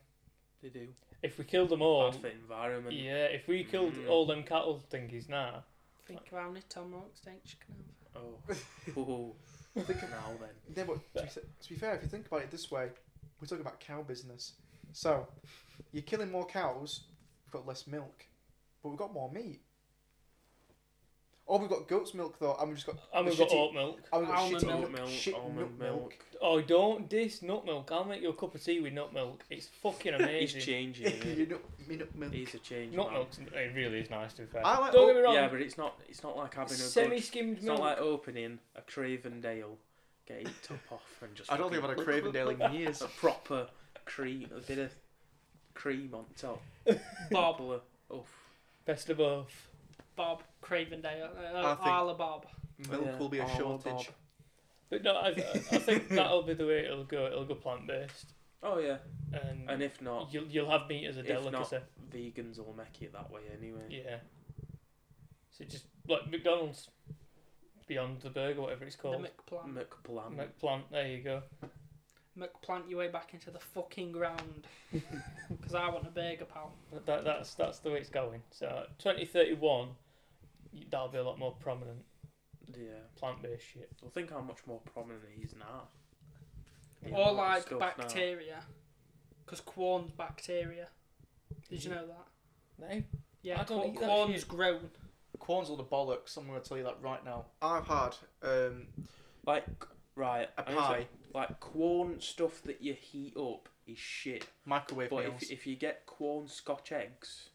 B: they do.
D: If we kill them all,
B: Bad for environment.
D: yeah. If we killed
B: Mm.
D: all them cattle thingies now,
A: Think about how many tomahawks Dench can have.
B: Oh. oh.
C: Think of-
B: now then.
C: Yeah, but to be, to be fair, if you think about it this way, we're talking about cow business. So you're killing more cows, we've got less milk, but we've got more meat. Or we've got goat's milk though, and we've just got
D: And
C: The
D: we've got
C: shitty-
D: oat milk.
C: and we've got
A: Almond
C: shitty
A: milk.
B: Milk,
C: shit
B: almond
C: nut milk.
B: milk.
D: Oh, don't diss nut milk. I'll make you a cup of tea with nut milk. It's fucking
B: He's
D: amazing.
B: changing.
C: you
B: it.
C: nut, me nut milk.
B: He's a change.
D: Nut
B: man. oh,
D: milk's it really is nice to be fair.
C: I like
D: don't
C: oat-
D: get me wrong.
B: Yeah, but it's not. It's not like having a good.
D: Semi-skimmed
B: It's
D: milk.
B: not like opening a Cravendale, get it top off and just.
C: I don't think I've had a Cravendale in years.
B: a proper cream, a bit of cream on top.
A: Bob,
B: Bubbler. Oh,
D: Best of both.
A: Bob, Cravendale, uh,
C: I
A: uh,
C: think-
A: Isle of Bob.
C: Milk
B: yeah.
C: will be a
B: Oh,
C: shortage.
B: Bob.
D: But no, I, I think that'll be the way it'll go. It'll go plant-based,
B: Oh yeah,
D: and,
B: and if not,
D: you'll you'll have meat as a
B: if not-
D: delicacy.
B: vegans will make it that way anyway.
D: Yeah. So just like McDonald's, Beyond the Burger, whatever it's called.
A: The McPlant.
B: McPlan.
D: McPlant. There you go.
A: McPlant your way back into the fucking ground. Because I want a burger, pal.
D: That, that, that's that's the way it's going. So 2031, y- that'll be a lot more prominent
B: yeah.
D: plant-based shit.
B: Well, think how much more prominent he is now.
D: Yeah,
A: or
B: all that
A: like
B: stuff now.
A: bacteria. Because corn's bacteria. Did you
D: Mhm.
A: know that?
D: No,
A: Yeah,
D: I don't
A: cor-
D: eat that
A: corn's
D: shit.
A: grown.
E: Corn's all the bollocks. I'm going to tell you that right now.
C: I've had um,
B: Like right,
C: a
B: I need to-
C: pie,
B: like corn stuff that you heat up is shit.
C: microwave
B: But
C: meals.
B: if, if you get corn scotch eggs,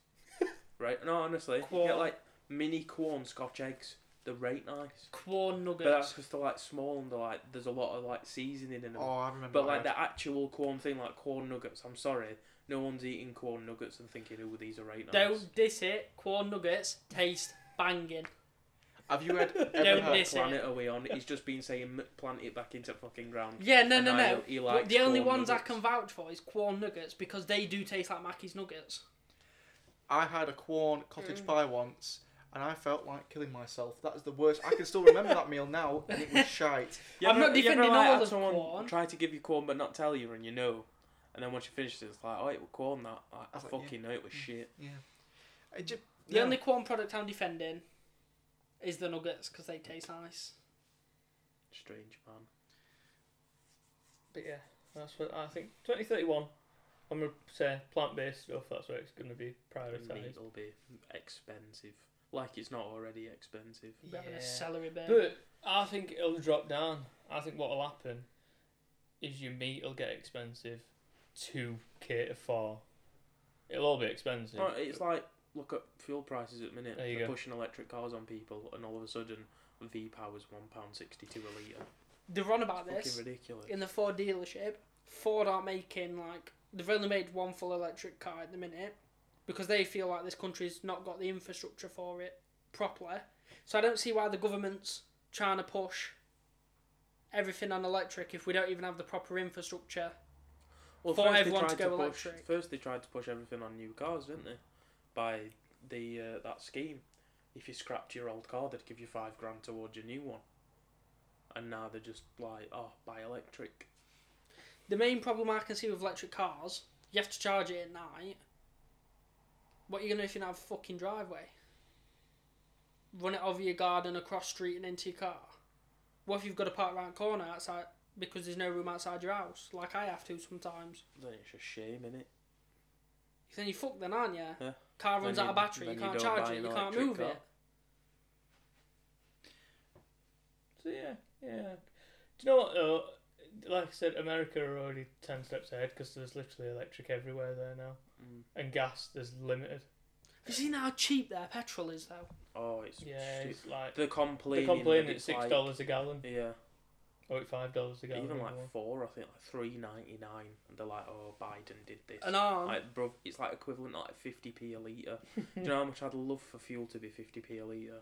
B: right? No, honestly, if you
A: Corn.
B: get like mini corn scotch eggs. They're right nice.
A: Corn
B: But that's
A: nuggets.
B: because they're like small and they're like there's a lot of like seasoning in them.
C: oh, I remember.
B: But
C: what I
B: like
C: had.
B: the actual corn thing, like corn nuggets. I'm sorry, no one's eating corn nuggets and thinking, "Oh, these are right nice."
A: Don't diss it. Corn nuggets taste banging.
C: Have you had? ever
A: Don't
C: had
A: dis-
B: What
A: miss it.
B: planet are we on? He's just been saying, "Plant it back into fucking ground."
A: Yeah, no,
B: And
A: no,
B: I-
A: no.
B: He
A: But
B: likes
A: the only
B: corn
A: ones I
B: nuggets.
A: can vouch for is corn nuggets because they do taste like Mackey's nuggets.
C: I had a corn cottage
A: Mm.
C: pie once, and I felt like killing myself. That is the worst. I can still remember that meal now, and it was shite.
B: You
A: I'm
B: ever-
A: not
B: you ever,
A: defending
B: like,
A: all
B: had
A: of
B: someone
A: corn.
B: Try to give you corn, but not tell you, and you know. And then once you finish it, it's like, "Oh, it was corn that." Like, I
C: That's like,
B: fucking know it was
A: Hmm.
B: shit.
C: Yeah. It ju-
A: The
C: yeah.
A: only corn product I'm defending is the nuggets because they taste nice.
B: Strange man.
D: But yeah, that's what I think. 2031, I'm gonna say plant-based stuff. That's where it's gonna be
B: And
D: prioritised.
B: meat will be expensive, like it's not already expensive.
A: We're having
D: Yeah.
A: a celery burger.
D: But I think it'll drop down. I think what'll happen is your meat will get expensive to cater for. It'll all be expensive.
B: Right, it's like look at fuel prices at the minute.
D: There you
B: They're
D: go.
B: pushing electric cars on people, and all of a sudden, V power's one pound sixty two a litre.
A: They're on about
B: Fucking
A: this
B: ridiculous.
A: in the Ford dealership. Ford aren't making like they've only made one full electric car at the minute because they feel like this country's not got the infrastructure for it properly. So I don't see why the government's trying to push everything on electric if we don't even have the proper infrastructure.
B: Well,
A: for
B: first they
A: everyone to
B: tried
A: go
B: push,
A: electric.
B: First, they tried to push everything on new cars, didn't they? By the uh, that scheme, if you scrapped your old car, they'd give you five grand towards your new one. And now they're just like, oh, buy electric.
A: The main problem I can see with electric cars, you have to charge it at night. What are you gonna do if you don't have a fucking driveway? Run it over your garden, across street, and into your car. What if you've got to park around the corner outside because there's no room outside your house, like I have to sometimes?
B: Then it's a shame, innit?
A: Then you fuck then, aren't you?
B: Yeah.
A: Car
B: Then
A: runs out
B: you-
A: of battery, you
B: then you
A: can't
B: don't
A: charge
B: buy
A: it,
B: an
A: you can't
B: electric
A: move
B: car.
A: it.
D: So yeah, yeah. Do you know what though? Like I said, America are already ten steps ahead because there's literally electric everywhere there now,
B: Mm.
D: and gas there's limited.
A: Have you seen how cheap their petrol is though?
B: Oh, it's
D: Yeah,
B: stu-
D: it's like
B: they're
D: they're
B: complaining. that
D: complaining it's
B: it's
D: six
B: like-
D: dollars a gallon
B: Yeah,
D: or it's five dollars a gallon.
B: even
D: anymore.
B: like four, I think, like three ninety nine, and they're like, oh, Biden did this.
A: An arm.
B: Like, bruv, it's like equivalent to like fifty p a litre. Do you know how much I'd love for fuel to be fifty p a litre?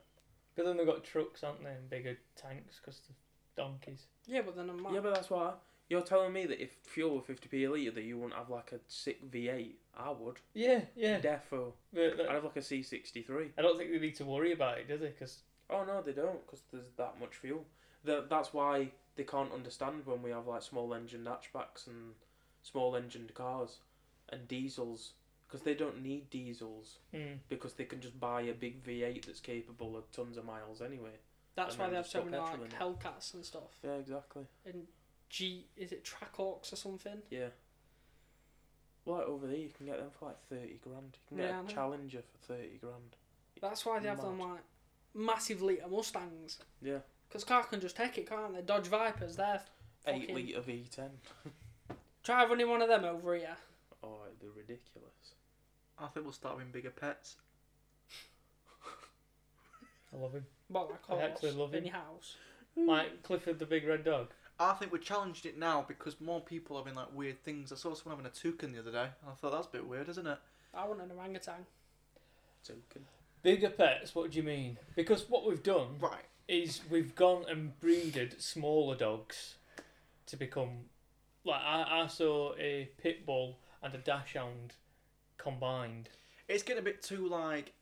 D: But then they've got trucks, aren't they, and bigger tanks because the donkeys.
A: Yeah, but then I'm like,
B: Yeah, but that's why you're telling me that if fuel were fifty p a litre, that you wouldn't have like a sick V eight. I would.
D: Yeah, yeah.
B: Defo.
D: But
B: I'd
D: that-
B: have like a C sixty three.
D: I don't think they need to worry about it, do they? Because
B: Oh no, they don't, because there's that much fuel. That that's why they can't understand when we have like small engined hatchbacks and small engined cars and diesels, because they don't need diesels
D: hmm,
B: because they can just buy a big V eight that's capable of tons of miles anyway.
A: that's
B: and
A: why
B: then
A: they have
B: just
A: so
B: put
A: many
B: petrol
A: like
B: in it.
A: Hellcats and stuff.
B: Yeah, exactly.
A: And G, is it Trackhawks or something?
B: Yeah. Well, like over there, you can get them for like thirty grand. You can get
A: Yeah, I
B: a
A: know.
B: Challenger for thirty grand.
A: That's why they have them
B: Mad.
A: like massive litre Mustangs.
B: Yeah.
A: Because cars can just take it, can't they? Dodge Vipers, they're.
B: Eight
A: Fucking-
B: litre V10.
A: Try running one of them over here.
B: Oh, it'd be ridiculous.
E: I think we'll start having bigger pets.
D: I love him.
A: But like horse
D: actually love
A: in
D: him.
A: your house.
D: Like Clifford the Big Red Dog.
E: I think we challenged it now because more people are having like weird things. I saw someone having a toucan the other day, and I thought that's a bit weird, isn't it?
A: I want an orangutan.
B: Token.
D: Bigger pets, what do you mean? Because what we've done
E: Right.
D: is we've gone and breeded smaller dogs to become. Like, I, I saw a pit bull and a dashhound combined.
E: It's getting a bit too like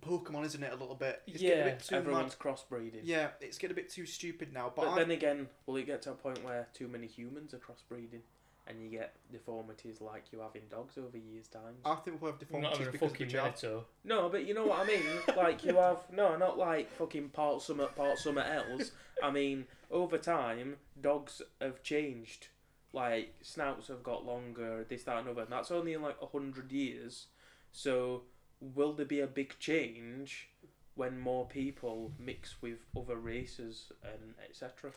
E: Pokemon, isn't it? A little bit. It's Getting a
D: Yeah,
E: bit too
B: Everyone's
E: mad.
B: crossbreeding.
E: Yeah, it's getting a bit too stupid now. But,
B: But
E: I,
B: then again, will it get to a point where too many humans are crossbreeding and you get deformities like you have in dogs over years' time?
E: I think we'll have
D: I'm not
E: deformities
D: having a
E: because of the
D: fucking
E: job.
D: minotaur.
B: No, but you know what I mean? like, you have. No, not like fucking part summer, part summer else. I mean, over time, dogs have changed. Like, snouts have got longer, this, that, and other. And that's only in like 100 years. So, will there be a big change when more people mix with other races and etc.?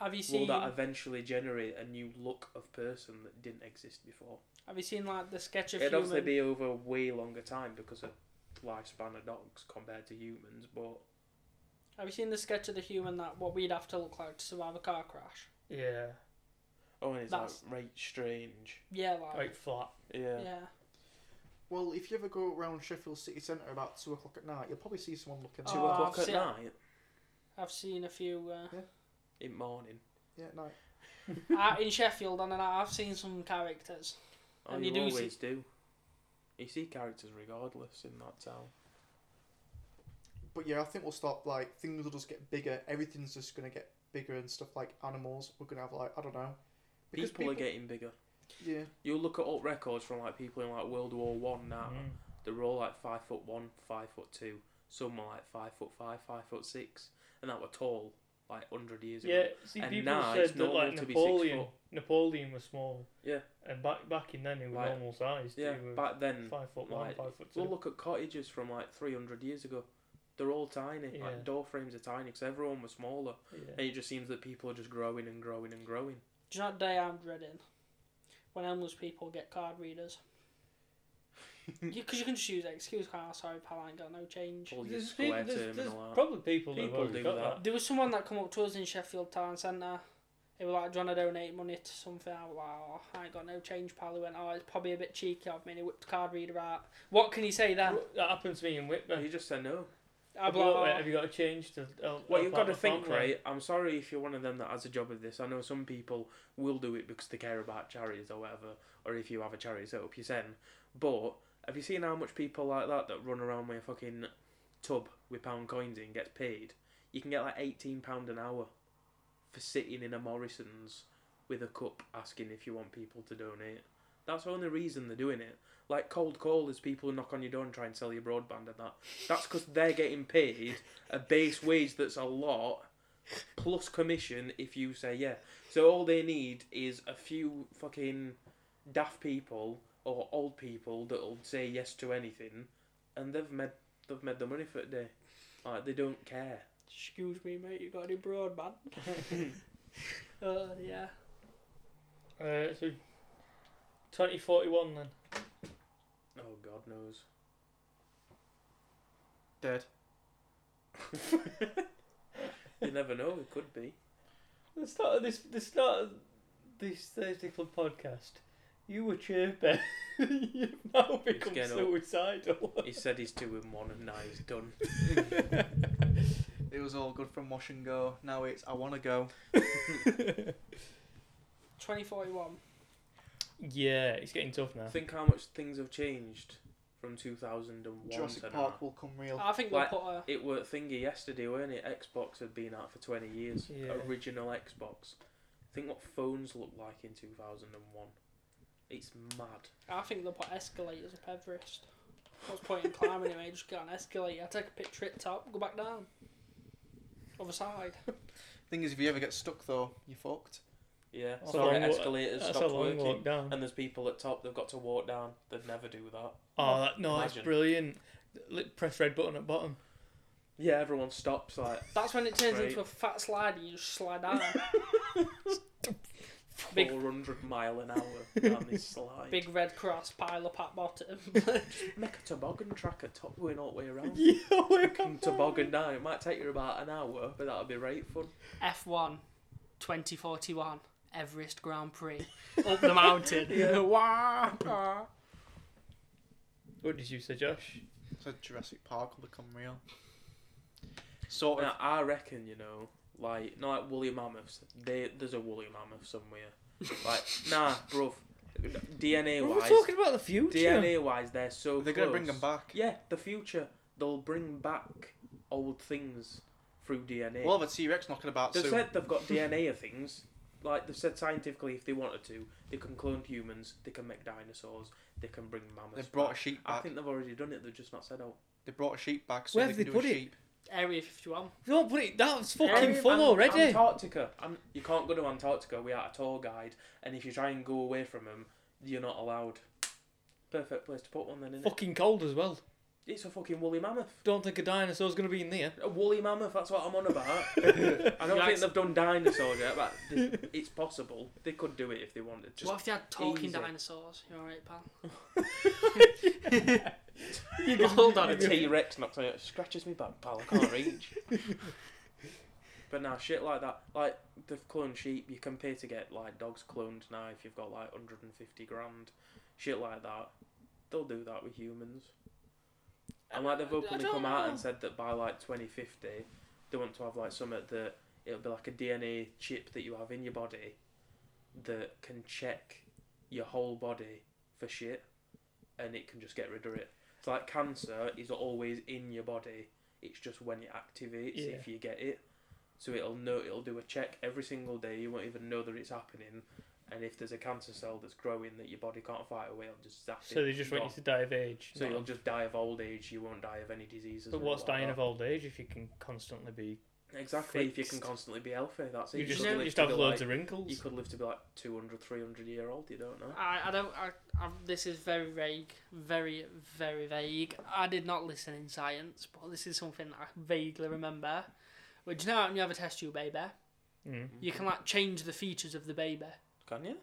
A: Have you
B: Will
A: seen?
B: that eventually generate a new look of person that didn't exist before?
A: Have you seen like the sketch of
B: It'd obviously
A: human?
B: be over a way longer time because of lifespan of dogs compared to humans, but
A: Have you seen the sketch of the human that what we'd have to look like to survive a car crash?
D: Yeah,
B: oh, and it's
A: That's-
B: like right strange.
A: Yeah, like
D: quite flat.
B: Yeah.
A: yeah.
C: Well, if you ever go around Sheffield city centre about two o'clock at night, you'll probably see someone looking.
B: Two
A: Oh, I've
B: o'clock at
A: seen-
B: night
A: I've seen a few uh,
B: in morning.
C: Yeah, at night.
A: out in Sheffield, and I've seen some characters.
B: Oh,
A: And
B: you,
A: you do see-
B: always do. You see characters regardless in that town.
C: But yeah, I think we'll stop. Like things will just get bigger. Everything's just gonna get bigger and stuff. Like animals, we're gonna have like I don't know.
B: People, are getting bigger.
C: yeah.
B: You look at old records from like people in like World War One now.
D: Mm.
B: They're all like five foot one, five foot two. Some were like five foot five, five foot six, and that were tall like hundred years
D: Yeah,
B: ago.
D: see,
B: And
D: people
B: now it's
D: said that
B: normal
D: like
B: to be six
D: Napoleon,
B: foot.
D: Napoleon was small.
B: Yeah.
D: and back back in then he was
B: Like-
D: normal sized.
B: Yeah,
D: he was
B: back then
D: five foot one,
B: like,
D: five foot two.
B: Well, look at cottages from like 300 years ago. They're all tiny.
D: Yeah.
B: Like door frames are tiny because everyone was smaller,
D: yeah.
B: and it just seems that people are just growing and growing and growing.
A: Do you know what day I'm dreading? When homeless people get card readers. Because you, 'cause you can just use it, excuse car, sorry pal, I ain't got no change.
B: All your
D: There's,
B: square
D: people, there's, there's
B: terminal art.
D: probably people, that have
B: People
D: already
B: do
D: got
B: that.
D: that.
A: There was someone that come up to us in Sheffield Town Centre. They were like, do you want to donate money to something? I was like, oh, I ain't got no change pal. He went, oh, it's probably a bit cheeky of me. And he whipped the card reader out. What can you say then?
D: That happened to me in Whitby.
B: You just said no.
A: I
D: The bloke went,
A: blow
D: have you got a change to? help-
B: Well,
D: help
B: you've
D: out
B: got to
D: my
B: think,
D: family?"
B: right? I'm sorry if you're one of them that has a job of this. I know some people will do it because they care about charities or whatever, or if you have a charity set up, you send. But have you seen how much people like that that run around with a fucking tub with pound coins in gets paid? You can get like eighteen pound an hour for sitting in a Morrison's with a cup asking if you want people to donate. That's the only reason they're doing it. Like cold call is people who knock on your door and try and sell your broadband and that. That's because they're getting paid a base wage that's a lot plus commission if you say yeah. So all they need is a few fucking daft people or old people that'll say yes to anything, and they've made they've made the money for the day. Like they don't care.
A: Excuse me, mate, you got any broadband? uh, yeah.
D: Uh, so, 2041 then.
B: Oh God knows.
E: Dead.
B: You never know. It could be.
D: The start of this, the start of this Thursday Club podcast. You were chirpy. You've now become
B: getting
D: suicidal.
B: He said he's two and one, and now he's done.
E: It was all good from wash and go. Now it's I want to go.
A: 2041.
D: Yeah, it's getting tough now.
B: Think how much things have changed from two thousand and one
E: Jurassic
B: to now.
E: Park will come real.
A: I think we'll
B: Like-
A: put a.
B: It were thingy yesterday, weren't it? Xbox had been out for twenty years.
D: Yeah.
B: Original Xbox. Think what phones looked like in two thousand and one. It's mad.
A: I think they'll put escalators up Everest. What's the point in climbing it, mate? Just get on an escalator, take a picture at the top, go back down. Other side.
E: Thing is, if you ever get stuck though, you're fucked.
B: Yeah.
D: That's
B: So
D: a long wa-
B: escalators
D: That's a
B: stopped
D: long
B: working,
D: walk down.
B: and there's people at top. They've got to walk down. They'd never do that.
D: Oh that, no, that's
B: Imagine.
D: brilliant. Li- Press red button at bottom.
B: Yeah, everyone stops. Like,
A: That's when it turns
B: Right.
A: into a fat slide and you just slide down. Big-
B: 400 mile an hour down this slide.
A: Big red cross pile up at bottom.
B: Make a toboggan track at top going all the way around.
D: yeah, we're
B: Fucking toboggan down. It might take you about an hour, but that'll be right fun.
A: F1 2041 Everest Grand Prix up the mountain. Wah, ah.
D: What did you say, Josh?
E: So Jurassic Park will become real. Sort of.
B: Now, I reckon, you know, like, not like woolly mammoths. They, there's a woolly mammoth somewhere. Like, nah, bruv. DNA
D: We're
B: wise,
D: talking about the future.
B: DNA wise, they're so.
E: They're going to bring
B: close.
E: them back.
B: Yeah, the future. They'll bring back old things through DNA.
E: We'll have a T Rex knocking about
B: They've
E: soon.
B: said they've got DNA of things. Like they've said scientifically, if they wanted to, they can clone humans, they can make dinosaurs, they can bring mammoths.
E: They've brought a
B: back.
E: sheep
B: I
E: back.
B: think they've already done it. They've just not said oh, out.
E: They brought a sheep back so
D: Where
E: they
D: have
E: can
D: they
E: do
D: put
E: a
D: it?
E: sheep.
A: Area 51.
D: No, but it, that was fucking
B: Um,
D: full
B: An-
D: already.
B: Antarctica. An- you can't go to Antarctica without a tour guide, and if you try and go away from them, you're not allowed. Perfect place to put one then, is
D: fucking cold as well.
B: It's a fucking woolly mammoth.
D: Don't think a dinosaur's gonna be in there.
B: A woolly mammoth. That's what I'm on about. I don't think
A: Yikes.
B: they've done dinosaurs yet, but th- it's possible they could do it if they wanted to.
A: what if they had talking
B: easy.
A: dinosaurs? You're alright, pal.
B: Hold on, a T Rex knocks me out. Scratches me back, pal. I can't reach. but now, shit like that. Like, they've cloned sheep. You can pay to get, like, dogs cloned now if you've got, like, 150 grand. Shit like that. They'll do that with humans. And, like, they've
A: I- I
B: openly
A: don't
B: come out
A: know.
B: and said that by, like, 2050, they want to have, like, something that it'll be like a DNA chip that you have in your body that can check your whole body for shit and it can just get rid of it. It's like cancer is always in your body. It's just when it activates
D: Yeah.
B: if you get it. So it'll know it'll do a check every single day, you won't even know that it's happening. And if there's a cancer cell that's growing that your body can't fight away, it'll just zap
D: So
B: it.
D: they just want you
B: Not-
D: to die of age.
B: So
D: not-
B: you'll just die of old age, you won't die of any diseases.
D: but
B: or
D: what's
B: whatever.
D: dying of old age if you can constantly be?
B: Exactly, if you can
D: fixed?
B: constantly be healthy, that's it.
D: You just,
B: could
A: know-
B: live
D: just
B: to
D: have
B: be like-
D: loads of wrinkles.
B: you could live to be like 200, 300 year old, you don't know.
A: I, I don't. I, I, this is very vague. Very, very vague. I did not listen in science, but this is something I vaguely remember. Which now, when you have a test tube baby,
D: Mm.
A: you can like change the features of the baby.
B: Can you?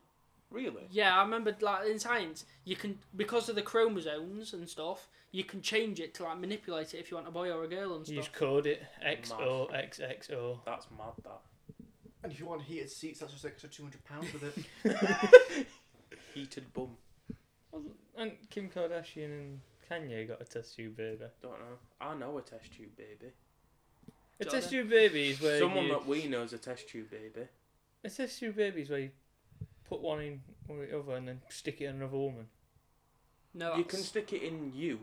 B: Really?
A: Yeah, I remember like in science, you can because of the chromosomes and stuff, you can change it to like manipulate it if you want a boy or a girl and
D: You
A: stuff.
D: just code it XO XXO.
B: That's mad, that.
C: And if you want heated seats, that's just extra two hundred pounds with it.
B: Heated bum.
D: And Kim Kardashian and Kanye got a test tube baby.
B: Don't know. I know a test tube baby.
D: A
A: Don't
D: test
A: they?
D: tube baby is where
B: Someone
D: you,
B: that we know is a test tube baby.
D: a test tube baby is where you put one in or the other and then stick it in another woman.
A: No,
B: You
A: that's-
B: can stick it in you.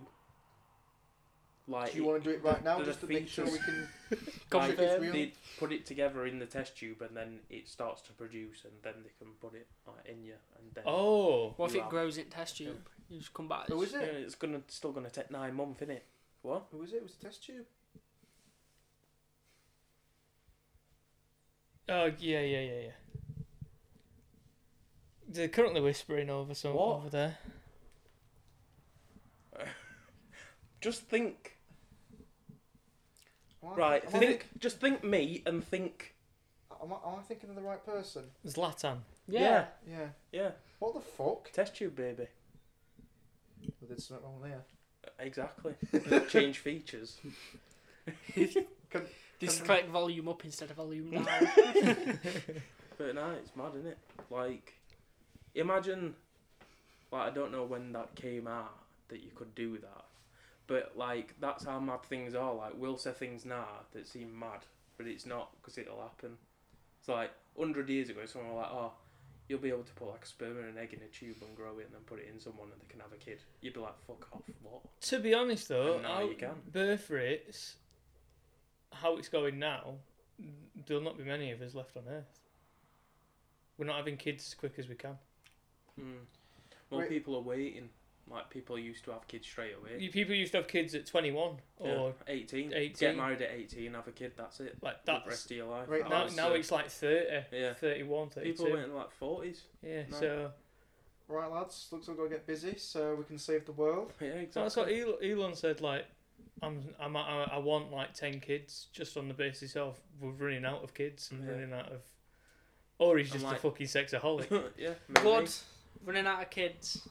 B: Like,
C: do you want to do it right now,
B: There's a
C: just to make sure we
B: features.
C: can? Confirm.
B: like,
C: Confirm.
B: they put it together in the test tube and then it starts to produce and then they can put it like, in you and then.
D: Oh,
A: What if
B: You
A: it
B: are-
A: grows in test tube? You just come back.
C: Who is
B: Yeah,
C: it?
B: it's gonna still gonna take nine months, innit? What?
C: Who was it? It was the test tube.
D: oh yeah, yeah, yeah, yeah. They're currently whispering over some
B: What?
D: over there.
B: Just think.
C: Am I-
B: Right,
C: Am I,
B: think, just think me and think.
C: am I, am I thinking of the right person?
D: Zlatan.
A: Yeah.
B: Yeah.
C: Yeah.
B: Yeah,
C: What the fuck?
B: test tube baby.
C: We did something wrong there.
B: Exactly. Don't Change features.
A: Just
C: Can-
A: click volume up instead of volume down.
B: But no, it's mad, isn't it? Like, imagine, like I don't know when that came out that you could do that, but like that's how mad things are. Like we'll say things now that seem mad, but it's not because it'll happen. It's like hundred years ago, someone were like, oh. You'll be able to put like a sperm and an egg in a tube and grow it and then put it in someone and they can have a kid. You'd be like, fuck off, what?
D: To be honest, though,
B: And now
D: our
B: you can.
D: birth rates, how it's going now, there'll not be many of us left on Earth. We're not having kids as quick as we can. Hmm.
B: Mm. Well,
C: Wait.
B: people are waiting. Like people used to have kids straight away.
D: You people used to have kids at 21 or
B: Yeah, 18.
D: 18.
B: Get married at 18, have a kid, that's it.
D: like
B: That's, the
D: that's
B: rest of your life.
C: Right,
B: That
D: Now,
B: was,
D: now
B: uh,
D: it's like 30,
B: Yeah.
D: 31, 32.
B: People went in like 40s.
D: yeah,
B: no.
D: so
C: Right, lads. Looks like we're gonna get busy, so we can save the world.
B: Yeah,
D: so that's
B: exactly.
D: what Elon, Elon said. Like, I'm, I'm, I, I want like 10 kids just on the basis of we're running out of kids and
B: Yeah.
D: running out of. Or he's
B: I'm
D: just
B: like-
D: a fucking sexaholic.
B: yeah, maybe.
A: Good. Running out of kids.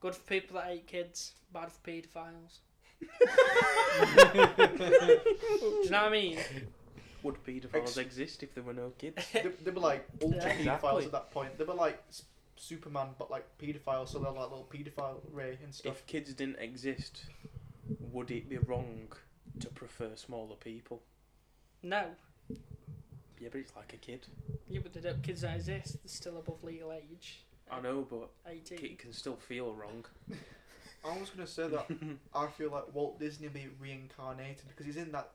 A: Good for people that hate kids. Bad for paedophiles. Do you know what I mean?
B: Would paedophiles
C: Ex-
B: exist if there were no kids?
C: they, they were like ultra
A: Yeah.
B: Exactly.
C: pedophiles at that point. They were like S- Superman, but like pedophiles, so they're like little pedophile Ray and stuff.
B: If kids didn't exist, would it be wrong to prefer smaller people?
A: No.
B: Yeah, but it's like a kid.
A: You but the kids that exist, they're still above legal age.
B: I know, but
A: Eighteen.
B: it can still feel wrong.
C: I was gonna say that I feel like Walt Disney be reincarnated because he's in that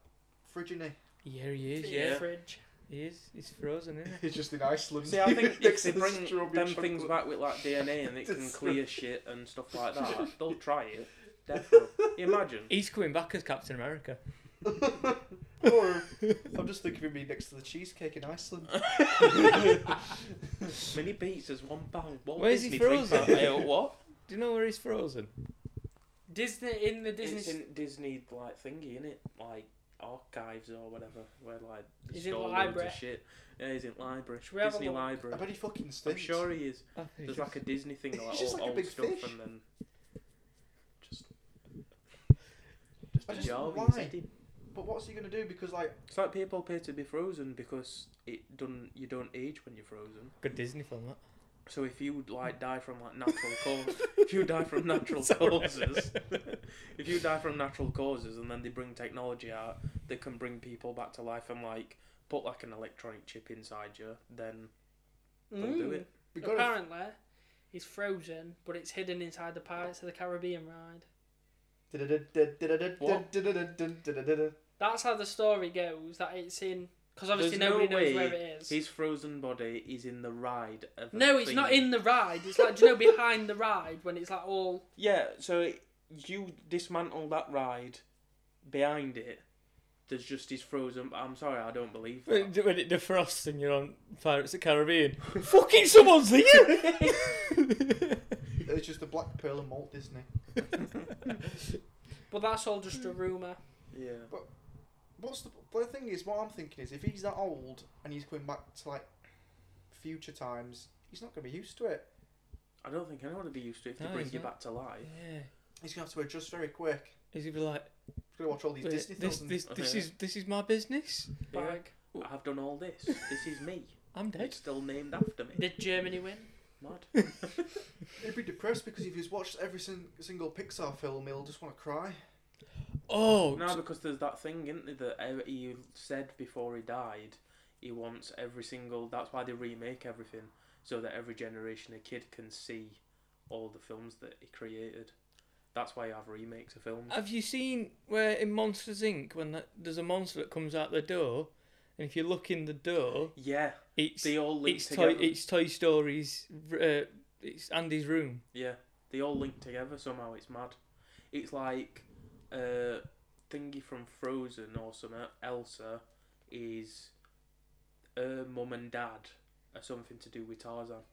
C: fridge and
D: yeah, he
A: In the
D: is.
B: Yeah.
A: Fridge.
D: He is. He's frozen, isn't
C: he's just in Iceland.
B: See, I think if
C: Next
B: they
C: to the
B: bring
C: strawberry
B: them
C: chocolate.
B: things back with like DNA and it can
C: Just-
B: clear shit and stuff like that, they'll try it. Definitely. Imagine.
D: he? He's coming back as Captain America.
C: or I'm just thinking of me next to the cheesecake in Iceland.
B: Mini pizzas, one pound. Walt
D: Where's he
B: Disney, three
D: frozen?
B: pound. Eh, what?
D: Do you know where he's frozen?
A: Disney in the Disney.
B: Disney... It's in Disney like thingy, innit? Like archives or whatever, where like they
A: He's in
B: store
A: the
B: loads of
A: library.
B: shit. Yeah, he's in library.
A: Should we have a
B: Disney
A: look?
B: library.
C: I bet he fucking stinks.
B: I'm sure he is.
D: I think
B: There's
D: he's-
B: like a Disney thing, like
C: He's just like a
B: all old
C: big
B: stuff,
C: fish.
B: and then just
C: I
B: just a
C: just-
B: jar.
C: why?
B: he's headed.
C: But what's he gonna do? Because like
B: It's like people appear to be frozen because it don't you don't age when you're frozen.
D: good Disney film. That.
B: So if you like die from like natural cause, if you die from natural causes, if you die from natural causes, and then they bring technology out, they can bring people back to life and like put like an electronic chip inside you. Then they'll do
A: Mm.
B: it.
C: we got to
A: Apparently, he's frozen, but it's hidden inside the Pirates of the Caribbean ride. That's how the story goes. That it's in because obviously
B: There's no
A: nobody knows
B: way
A: where it is.
B: His frozen body is in the ride. Of a
A: No, it's not
B: thing.
A: in the ride. It's like do you know behind the ride when it's like all
B: Yeah, so it, you dismantle that ride. Behind it, there's just his frozen. I'm sorry, I don't believe
D: When
B: that.
D: when it defrosts and you're on Pirates of the Caribbean, fucking someone's here.
C: It's just a black pearl and malt Disney.
A: But that's all just a rumor.
B: yeah,
C: What's the but the thing is? What I'm thinking is, if he's that old and he's going back to like future times, he's not gonna be used to it.
B: I don't think anyone would be used to it if they
D: No,
B: bring
D: he's
B: you
D: not.
B: back to life.
D: yeah,
C: He's gonna have to adjust very quick.
D: he's gonna be like,
C: He's gonna watch all these
D: "Wait,
C: Disney
D: this,
C: films.
D: this,
B: and-
D: this
B: Yeah.
D: is this is my business.
B: Yeah.
A: Like,
B: I've done all this. This is me.
D: I'm
B: It's
D: dead.
B: still named after me.
A: did Germany win?
B: Mad.
C: He'd be depressed because if he's watched every sin- single Pixar film, he'll just want to cry.
D: Oh,
B: No, because there's that thing, isn't there, that ev- he said before he died, he wants every single. That's why they remake everything, so that every generation of kid can see all the films that he created. That's why you have remakes of films.
D: Have you seen where in Monsters Inc. when that, there's a monster that comes out the door, and if you look in the door,
B: Yeah,
D: it's
B: they all link
D: it's
B: together.
D: toy, it's Toy Story's uh, it's Andy's room.
B: Yeah, they all link together somehow. It's mad. It's like uh, thingy from Frozen or something. Elsa is her mum and dad are something to do with Tarzan.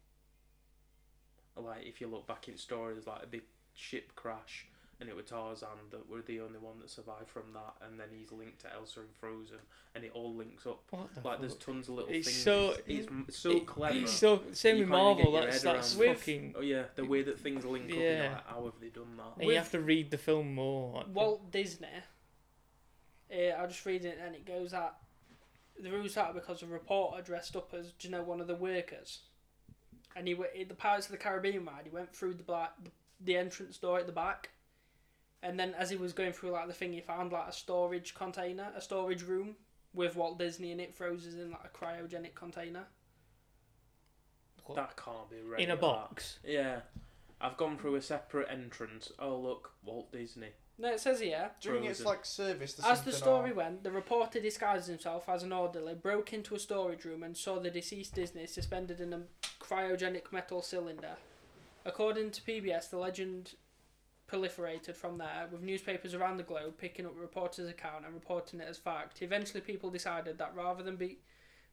B: Like if you look back in stories, like a big ship crash, and it was Tarzan that were the only one that survived from that, and then he's linked to Elsa and Frozen, and it all links up.
D: What the
B: Like there's
D: fuck?
B: tons of little
D: It's
B: things.
D: so-
B: it's, m so
D: It-
B: clever.
D: It's so same
B: You
D: with
B: can't even
D: Marvel.
B: get your
D: That's
B: head
D: that's
B: around-
D: fucking.
B: Oh yeah, the way that things link up. And you're
D: Yeah.
B: like, how have they done that?
D: And you
A: With-
D: have to read the film more. Like,
A: Walt Disney. Uh, I was just reading it and it goes that the rules out because a reporter dressed up as do you know one of the workers, and he went the Pirates of the Caribbean ride. He went through the black the entrance door at the back, and then as he was going through like the thing, he found like a storage container, a storage room with Walt Disney in it, frozen in like a cryogenic container.
D: what?
B: That can't be right.
D: in a
B: that.
D: box.
B: Yeah. I've gone through a separate entrance. Oh look, Walt Disney.
A: No, it says here.
C: During its
B: Frozen.
C: like service, there's
A: As the
C: something
A: story
C: on.
A: went, the reporter disguised himself as an orderly, broke into a storage room, and saw the deceased Disney suspended in a cryogenic metal cylinder. According to PBS, the legend proliferated from there, with newspapers around the globe picking up the reporter's account and reporting it as fact. Eventually, people decided that rather than be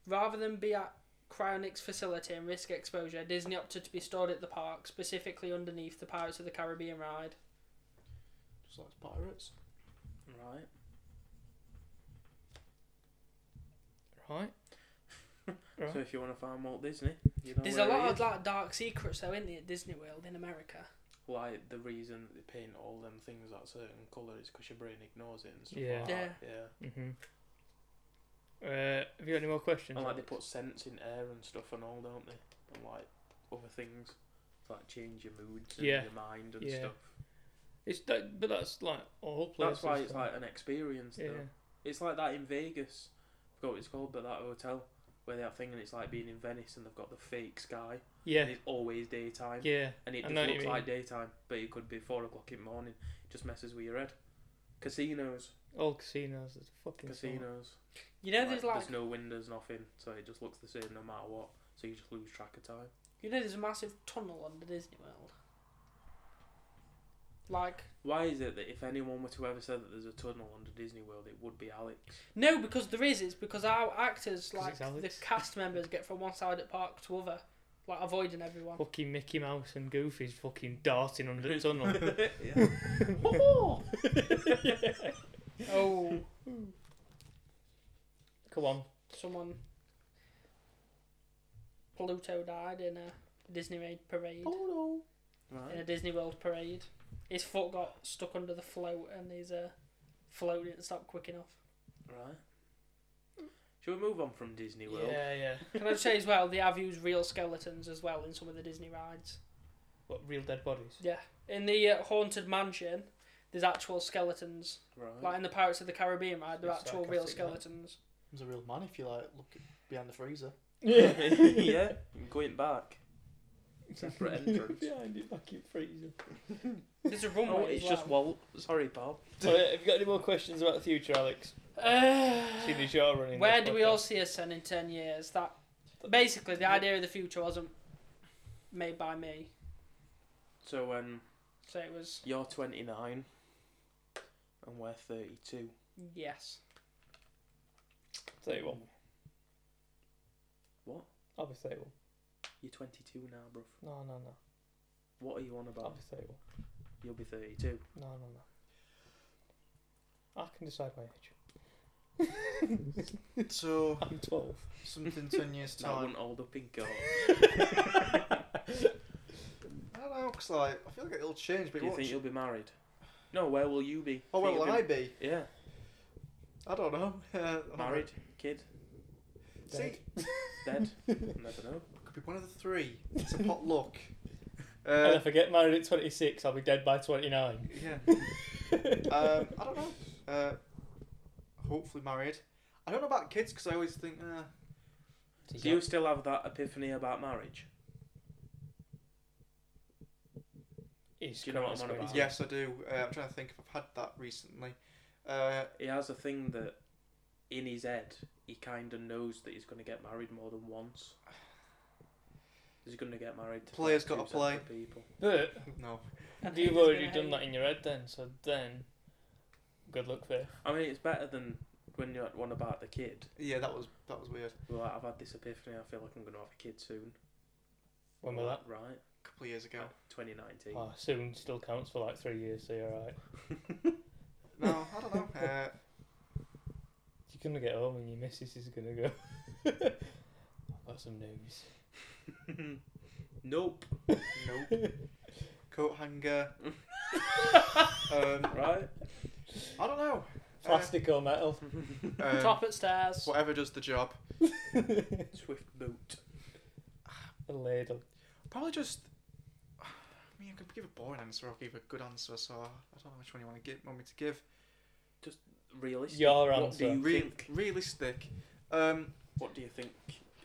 A: rather than be at Cryonics facility and risk exposure, Disney opted to be stored at the park, specifically underneath the Pirates of the Caribbean ride.
C: Just like pirates.
B: Right.
D: Right. Right.
B: So if you want to find Walt Disney, you know
A: There's a
B: where he
A: lot of
B: is.
A: like dark secrets though, isn't there, at Disney World in America?
B: like the reason that they paint all them things that certain colour is because your brain ignores it and stuff
D: Yeah.
B: like that. Yeah.
D: Mm-hmm. Uh, have you got any more questions?
B: And like they
D: Alex?
B: put scents in air and stuff and all, don't they? And like other things like change your moods and
D: Yeah.
B: your mind and
D: Yeah.
B: stuff.
D: It's that, but that's like all places.
B: That's why it's
D: though.
B: like an experience
D: yeah,
B: though. It's like that in Vegas. I forgot what it's called, but that hotel where they have thing and it's like being in Venice and they've got the fake sky.
D: yeah,
B: And it's always daytime.
D: yeah.
B: And it
D: I
B: just
D: know what you
B: looks like
D: mean.
B: daytime, but it could be four o'clock in the morning. just messes with your head. Casinos.
D: All casinos. It's fucking small.
B: Casinos.
A: You know, there's like
B: there's no windows, nothing, so it just looks the same no matter what. So you just lose track of time.
A: you know, there's a massive tunnel under Disney World. Like
B: Why is it that if anyone were to ever say that there's a tunnel under Disney World, it would be Alex?
A: no, because there is. It's because our actors,
D: 'Cause
A: like
D: it's
A: the
D: Alex.
A: cast members, get from one side of the park to other, like avoiding everyone.
D: Fucking Mickey Mouse and Goofy's fucking darting under the tunnel.
A: oh,
D: Come on.
A: someone. Pluto died in a Disney raid parade.
D: Oh,
A: in a
B: Right.
A: Disney World parade. His foot got stuck under the float and his uh, float didn't stop quick enough.
B: Right. Shall we move on from Disney World?
D: Yeah, yeah.
A: Can I say as well, they have used real skeletons as well in some of the Disney rides.
D: What real dead bodies?
A: Yeah. In the uh, Haunted Mansion, there's actual skeletons.
B: Right.
A: Like in the Pirates of the Caribbean ride, they're
D: Oh. It's
A: actual real
D: sarcastic, isn't it?
A: skeletons.
E: He's a real man if you like look at- behind the freezer.
B: yeah. Going back. Separate entrance.
D: Behind it, back in freezer.
A: There's a runway.
B: Oh,
A: as
B: it's just
A: well.
B: Walt. Sorry, pal.
D: So,
E: Oh,
D: uh, have you got any more questions about the future, Alex? See
A: Uh,
D: the jar running.
A: where
D: this
A: do we all
D: podcast.
A: see us then in 10 years? That Basically, the idea of the future wasn't made by me.
B: So um,
A: So it was,
B: you're 29, and we're 32.
A: yes.
D: Thirty-one.
B: What?
D: I'll be thirty-one.
B: You're 22 now, bruv.
D: No, no, no.
B: What are you on
D: I'll
B: about?
D: be
E: Oh.
D: thirty-one.
B: You'll be 32.
D: No, no, no. I can decide my age.
E: So
D: I'm twelve.
E: something ten years
B: That
E: time.
B: wouldn't hold up in court.
E: I don't know, 'cause, like I feel like it'll change, but
B: Do
E: it
B: you
E: won't.
B: think
E: ch-
B: you'll be married? No, where will you be?
E: Oh, where
B: Think
E: will
B: you'll
E: I
B: be-
E: be?
B: Yeah,
E: I don't know. Uh, I'm not-
B: married, kid,
E: See,
B: dead. Never know.
E: could be one of the three. It's a potluck.
D: and
E: Uh,
D: if I get married at twenty-six, I'll be dead by twenty-nine.
E: yeah. Um, I don't know. Uh, hopefully married. I don't know about kids because I always think. Uh,
B: Do you still have that epiphany about marriage?
D: He's
B: Do you know what I'm
D: quite
B: on about?
D: sweaty.
E: yes, I do. Uh, I'm trying to think if I've had that recently. Uh,
B: He has a thing that in his head he kind of knows that he's going to get married more than once. He's going to get married. To
E: Players
B: like
E: gotta
B: two
E: play.
B: separate People.
D: But
E: no.
A: And
D: You've
A: Hayden's
D: already
A: gonna
D: done
A: hate
D: that in your head then, so then good luck there.
B: I mean, it's better than when you're at one about the kid.
E: Yeah, that was that was weird.
B: Well, I've had this epiphany. I feel like I'm going to have a kid soon.
D: When was that?
B: Right.
E: A couple of years ago.
B: 2019.
D: Oh, soon still counts for like three years, so you're alright.
E: No, I don't know. Uh,
D: You're gonna get home and your missus is gonna go. I've got some news.
B: nope.
E: Uh, nope. Coat hanger. um,
B: Right.
E: I don't know.
D: Plastic or metal.
E: Um,
A: Top at stairs.
E: Whatever does the job.
B: Swift boot.
D: A ladle.
E: Probably just. I mean, I could give a boring answer or give a good answer, so I don't know which one you want to give. Want me to give?
B: Realistic.
D: Your
B: what
D: answer.
B: do you
E: Real,
B: think?
E: realistic. Um,
B: What do you think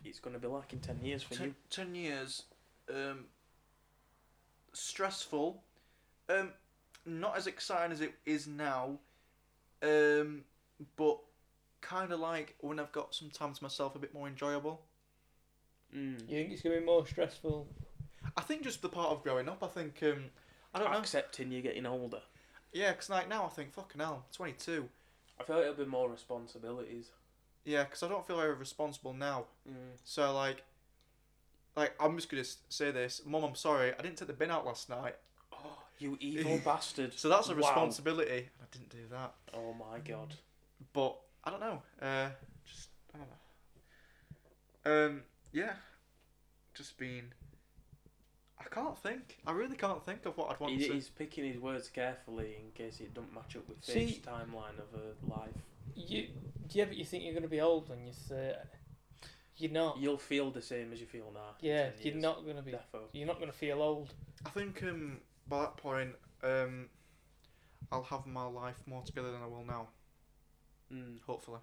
B: it's going to be like in ten years for
E: ten,
B: you?
E: ten years. Um, stressful. Um, not as exciting as it is now. Um, but kind of like when I've got some time to myself, a bit more enjoyable.
B: Hmm.
D: You think it's gonna be more stressful?
E: I think just the part of growing up. I think um, I don't know.
B: Accepting you're getting older.
E: Yeah, 'cause like now I think fucking hell, twenty two.
B: I feel like it'll be more responsibilities.
E: Yeah, 'cause I don't feel very responsible now. So like, like I'm just gonna s- say this, Mum, I'm sorry. I didn't take the bin out last night.
B: Oh You evil bastard.
E: So that's a
B: Wow.
E: responsibility. I didn't do that,
B: Oh my god.
E: but I don't know. Uh, just I don't know. Um, yeah, just been. I can't think. I really can't think of what I'd want
B: He,
E: to.
B: he's picking his words carefully in case it don't match up with his
D: See-
B: timeline of a life.
D: You, yeah, but you think you're going to be old when you're 30. You're not.
B: You'll feel the same as you feel now. in
D: Yeah,
B: 10
D: you're
B: years.
D: not going to be.
B: Defo.
D: You're not going to feel old.
E: I think um, by that point, um, I'll have my life more together than I will now.
B: Mm.
E: Hopefully,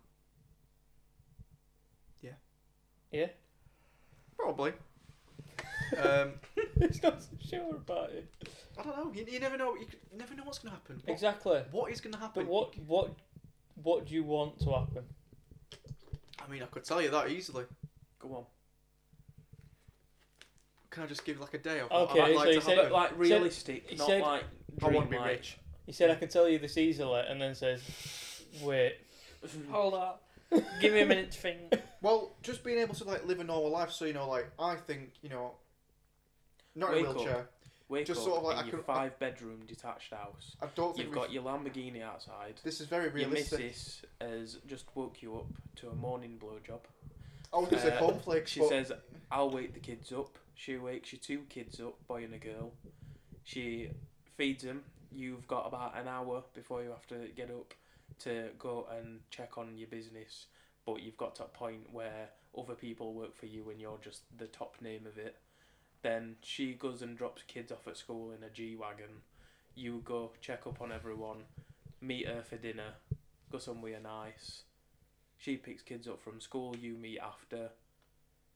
D: Yeah?
E: probably. um,
D: it's not so sure about it.
E: I don't know. You, you never know. You, could, you never know what's going to happen. What-
D: Exactly.
E: what is going to happen?
D: But what what what do you want to happen?
E: I mean, I could tell you that easily.
B: Go on.
E: Can I just give like a day of
D: Okay,
E: what I'd
D: so
E: like
D: you
E: to
D: said,
E: happen?
B: But like realistic,
D: he
B: not
D: said-
B: like
E: I
B: dream
E: want to be
B: like-
E: rich.
D: He said, I can tell you this easily, and then says, wait. Oh.
A: Hold up. Give me a minute to think.
C: Well, just being able to like live a normal life. So you know, like I think you know, not in
B: Wake
C: a
B: up.
C: wheelchair.
B: Wake
C: Just
B: up
C: sort of like
B: in
C: I
B: your
C: could- I-
B: five-bedroom detached house.
C: I don't think
B: You've
C: we've
B: got your Lamborghini outside.
C: This is very
B: Your
C: realistic.
B: missus has just woke you up to a morning blowjob.
C: I was gonna say
B: Uh,
C: cornflakes,
B: She
C: but
B: says, I'll wake the kids up. She wakes your two kids up, boy and a girl. She feeds them. You've got about an hour before you have to get up to go and check on your business. But you've got to a point where other people work for you and you're just the top name of it. Then she goes and drops kids off at school in a G Wagon. You go check up on everyone, meet her for dinner, go somewhere nice. She picks kids up from school, you meet after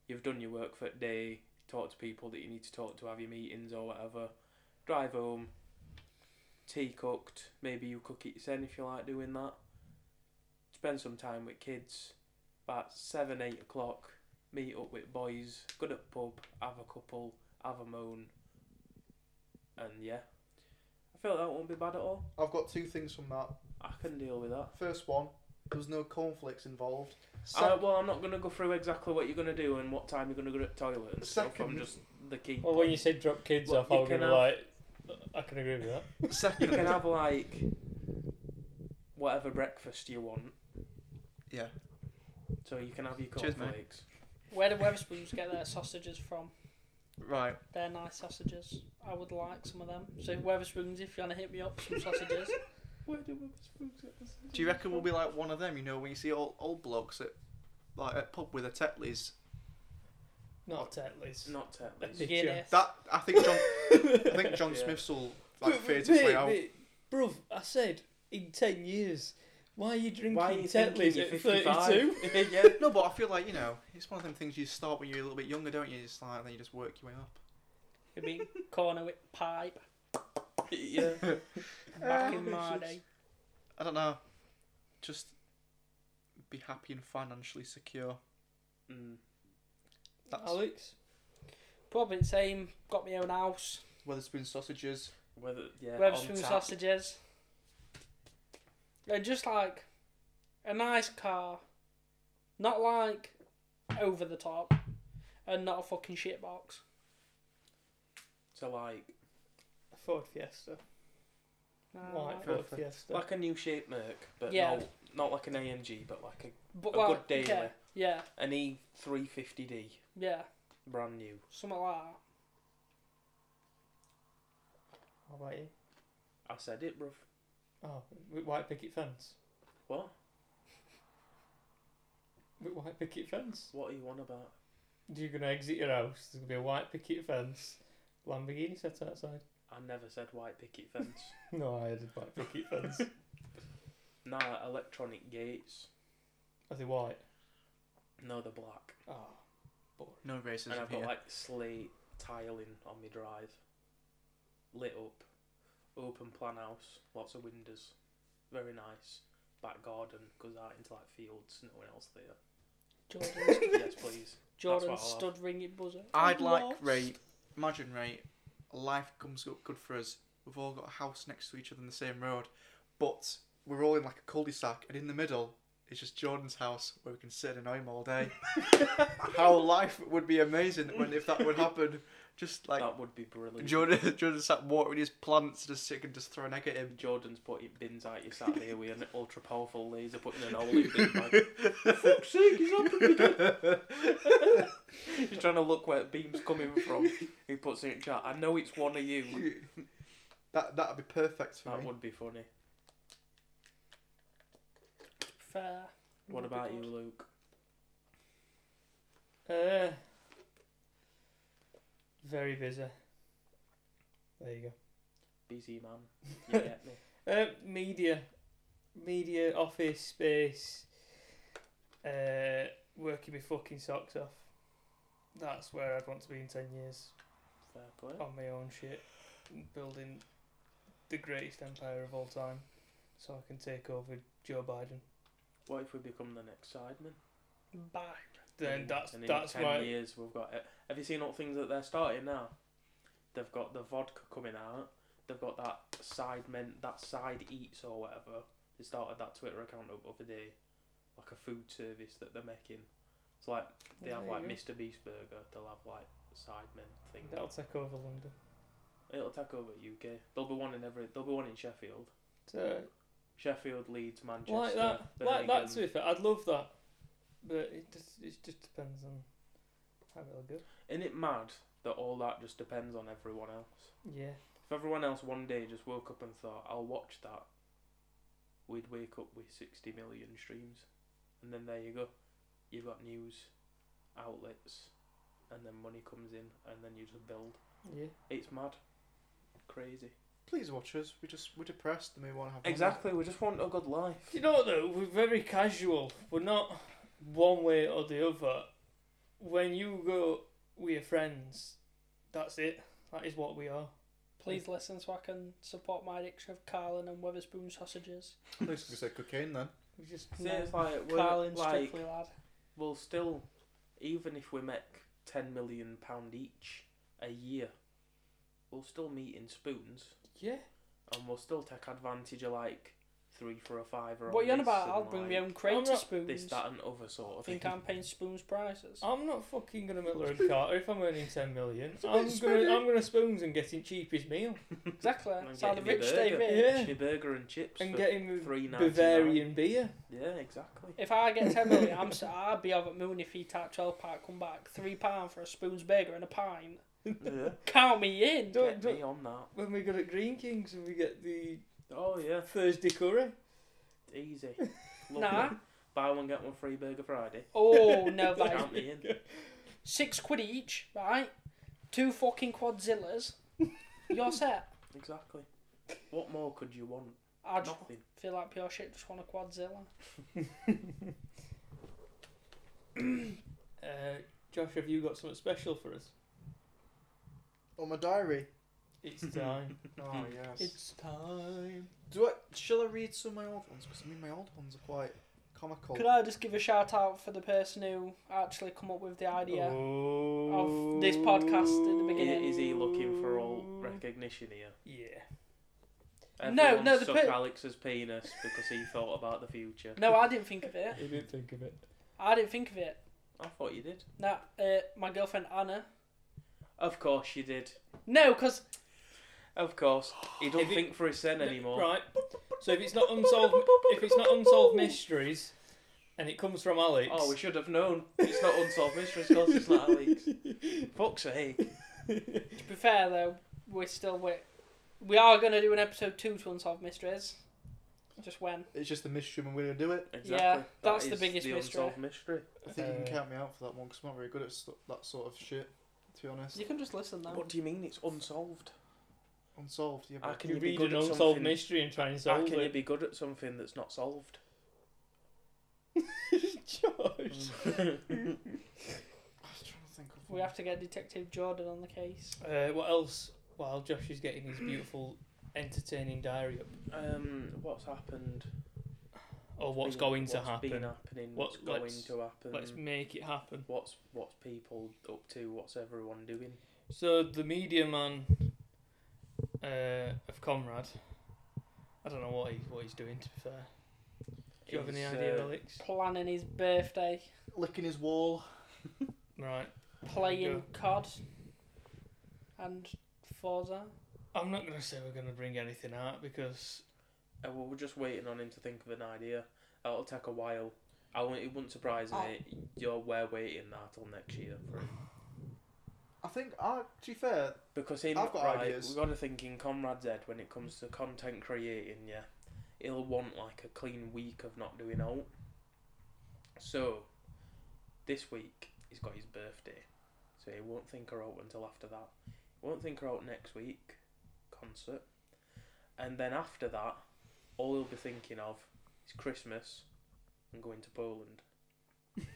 B: you've done your work for the day, talk to people that you need to talk to, have your meetings or whatever, drive home, tea cooked, maybe you cook it yourself if you like doing that, spend some time with kids, about 7, 8 o'clock, meet up with boys, go to the pub, have a couple, have a moan, and yeah. I feel that won't be bad at all.
C: I've got two things from that.
B: I can deal with that.
C: First one, there was no cornflakes involved.
B: Uh, well, I'm not going to go through exactly what you're going to do and what time you're going to go to the toilet and stuff. I'm
C: Second-
B: just the key.
D: Well, when you said drop kids
B: Well,
D: off, I
B: you
D: was going
B: can
D: to like, I can agree with that.
B: you can
E: Second,
B: have like whatever breakfast you want.
E: Yeah.
B: So you can have your
E: Cheers, mate.
B: cornflakes.
A: Where do Weatherspoons get their sausages from?
E: right?
A: They're nice sausages. I would like some of them. So Weatherspoons, if you want to hit me up with some sausages.
B: Where do we spooks at this?
E: Do you reckon we'll be like one of them? You know, when you see old old blokes at like at pub with their tetleys.
D: Not Tetley's.
B: Not Tetley's.
D: Did you?
A: Guinness.
E: That I think John, I think John
B: Yeah.
E: Smith's will like
D: But-
E: fade
D: but-
E: its way out.
D: but- Bruv, I said, in 10 years, why are you drinking
B: Why are you
D: Tetley's
B: thinking you're
D: at 32?
B: 52? yeah.
E: No, but I feel like you know it's one of them things you start when you're a little bit younger, don't you? It's like then you just work your way up.
A: Could be corner with pipe.
B: yeah.
A: Back in
E: Um,
A: my day.
E: I don't know. Just be happy and financially secure.
B: Mm.
E: That's
D: Alex?
A: Probably the same. Got my own house.
E: Weatherspoon sausages.
B: Whether yeah.
A: Weatherspoon
B: on tap.
A: sausages. They're just like a nice car. Not like over the top. And not a fucking shit box.
B: So like
D: Ford Fiesta.
E: Uh,
A: No,
D: White
A: like-
D: Ford
E: Perfect.
D: Fiesta.
B: like a new shape Merc, but
A: Yeah.
B: not not like an AMG, but like a
A: but
B: a
A: like,
B: good daily.
A: Yeah, yeah,
B: an E E350D,
A: yeah.
B: brand new.
A: Something like that.
D: How about you?
B: I said it, bruv.
D: Oh, with white picket fence.
B: What?
D: With white picket fence.
B: What are you on about?
D: You're going to exit your house, there's going to be a white picket fence. Lamborghini set outside.
B: I never said white picket fence.
D: No, I had a white picket fence.
B: nah, electronic gates.
D: Are they white?
B: No, they're black.
D: Oh, boring.
E: No racism
B: and I've
E: here.
B: got like slate tiling on my drive, lit up, open plan house, lots of windows, very nice. Back garden goes out into like fields, no one else there.
A: Jordan's,
B: yes, please.
A: Jordan's
B: I'll have.
A: stud ringing buzzer.
E: I'd like
A: Lost.
E: Ray. Imagine Ray. Life comes up good for us. We've all got a house next to each other in the same road, but we're all in like a cul-de-sac, and in the middle is just Jordan's house where we can sit and annoy him all day. How life would be amazing when if that would happen. Just like
B: that would be brilliant.
E: Jordan, Jordan sat watering his plants, just sick and just throwing egg at him.
B: Jordan's putting bins out you sat there with an ultra powerful laser putting an hole in bin bag. Fuck's sake, he's not gonna be dead. He's trying to look where the beam's coming from. He puts in chat, I know it's one of you.
C: That that'd be perfect for
B: That
C: me.
B: would be funny.
A: Fair.
B: What
A: Would be
B: about you,
A: good.
B: Luke?
D: Uh, very busy. There you go.
B: Busy man. You get me.
D: Uh, media, media, office space. Uh, working my fucking socks off. That's where I'd want to be in ten years.
B: Fair play.
D: on my own shit, building the greatest empire of all time, so I can take over Joe Biden.
B: What if we become the next sideman?
A: Bye.
D: Then
B: And-
D: that's
B: and in
D: that's
B: ten
D: why
B: years we've got. It. Have you seen all the things that they're starting now? They've got the vodka coming out. They've got that side men that side eats or whatever. They started that Twitter account up the other day, like a food service that they're making. It's like they have
D: There
B: like
D: you go.
B: Mr Beast Burger. They'll have like side men thing.
D: that'll take over London.
B: It'll take over UK. There'll be one in every. There'll be one in Sheffield.
D: So
B: Sheffield, Leeds, Manchester.
D: like that,
B: then
D: like that.
B: again-
D: To be fair, I'd love that, but it just it just depends on how it'll go.
B: Isn't it mad that all that just depends on everyone else?
D: Yeah,
B: If everyone else one day just woke up and thought, I'll watch that, we'd wake up with 60 million streams. And then there you go. You've got news, outlets, and then money comes in, and then you just build.
D: yeah.
B: It's mad. Crazy.
C: Please watch us. We just we're depressed and we want to have.
B: Exactly, we just want a good life.
D: Do you know what though? We're very casual. We're not one way or the other. When you go with your friends, that's it. That is what we are.
A: Please listen so I can support my addiction of Carlin and Witherspoon sausages.
C: At least we said cocaine then.
D: We just
B: See, it's like, we're,
A: Carlin,
B: like,
A: strictly lad.
B: we'll still, even if we make £10 million pound each a year, we'll still meet in spoons.
D: yeah.
B: and we'll still take advantage of like three for a five or
A: What are you on
B: this
A: about?
B: and,
A: I'll bring my
B: like,
A: own crate
D: I'm
A: to
D: not-
A: spoons.
B: this that and other sort
A: I
B: of
A: think
B: thing.
A: I'm paying spoons prices.
D: I'm not fucking gonna Miller and Carter if I'm earning ten million.
C: a bit
D: I'm
C: spinny.
D: gonna I'm gonna spoons and getting cheapest meal
A: Exactly.
B: And
A: So the
B: getting me
A: rich stay
B: burger.
A: rich.
D: Yeah.
B: Actually, burger and chips
D: and
B: for
D: getting
B: three ninety
D: Bavarian beer.
B: Yeah, exactly.
A: If I get ten million, I'm so I'd be over at Moon if he type twelve pack come back three pound for a spoon's burger and a pint.
B: yeah,
A: Count me in.
D: Don't-
B: get me on that.
D: When we go to Green Kings and we get the
B: Oh yeah,
D: Thursday curry.
B: easy. Lovely.
A: Nah.
B: Buy one get one free burger Friday.
A: Oh no, that is
B: Count me in.
A: six quid each, right? Two fucking quadzillas. You're set.
B: Exactly. What more could you want?
A: I just
B: Nothing.
A: feel like pure shit. Just want a quadzilla.
D: Uh, Josh, have you got something special for us?
C: On my diary.
D: It's time.
C: Oh yes.
D: it's time.
C: Do I? Shall I read some of my old ones? Because I mean, my old ones are quite comical.
A: Could I just give a shout out for the person who actually come up with the idea?
D: Oh. of
A: this podcast at the
B: I-
A: beginning.
B: Oh. Is he looking for all recognition here?
D: Yeah.
A: Oh. No,
B: Everyone
A: no, the
B: suck
A: pe-
B: Alex's penis because he thought about the future.
A: No, I didn't think of it.
D: I didn't think of it.
A: I didn't think of it.
B: I thought you did.
A: No, uh, my girlfriend Anna.
B: Of course you did.
A: No, because
B: Of course, he don't
D: If he-
B: think for his sin anymore.
D: Right. So if it's not unsolved, if it's not unsolved mysteries, and it comes from Alex.
B: Oh, we should have known. It's not unsolved mysteries. Of course, it's not Alex. Fuck's sake.
A: to be fair though, we're still wait. We are gonna do an episode two to unsolve mysteries. Just when?
C: It's just a mystery, and we're gonna do it.
B: Exactly.
A: Yeah, that's
B: That
A: the
B: is
A: biggest
B: the
A: mystery.
B: unsolved mystery.
C: I think you
D: Uh,
C: can count me out for that one because I'm not very good at stu that sort of shit. To be honest,
A: You can just listen then.
B: What do you mean it's unsolved?
C: unsolved. Yeah,
B: How
C: but
B: can
D: you
B: you, be
D: read
B: good
D: an
B: at
D: unsolved
B: something?
D: mystery and try and
B: How
D: solve
B: Ah, can you
D: it.
B: be good at something that's not solved?
D: Josh.
C: I was trying to think of.
A: We
C: one.
A: have to get Detective Jordan on the case.
D: Uh, what else? While Josh is getting his beautiful, entertaining diary up,
B: Um, what's happened?
D: or what's
B: Been-
D: going to
B: what's Been
D: happen?
B: happening.
D: What's-
B: What's, going
D: let's-
B: to happen?
D: Let's make it happen.
B: What's what's people up to? What's everyone doing?
D: So the media man uh, of Comrade. I don't know what he what he's doing. To be fair, do you have any
B: Is,
D: idea,
B: uh,
D: Alex?
A: Planning his birthday,
C: licking his wall.
D: Right.
A: playing
D: Yeah.
A: COD. and Forza.
D: I'm not gonna say we're gonna bring anything out because
B: Uh, well, we're just waiting on him to think of an idea. It'll take a while. I won't, it wouldn't surprise me. You're we're waiting that till next year for him.
E: I think,
C: ah,
E: uh, to be fair,
B: Because he
E: I've got
B: right,
E: ideas.
B: We've got to think in Comrade Zed when it comes to content creating. Yeah, he'll want like a clean week of not doing out. So, this week he's got his birthday, so he won't think her out until after that. He won't think her out next week, concert, and then after that, all he'll be thinking of is Christmas and going to Poland.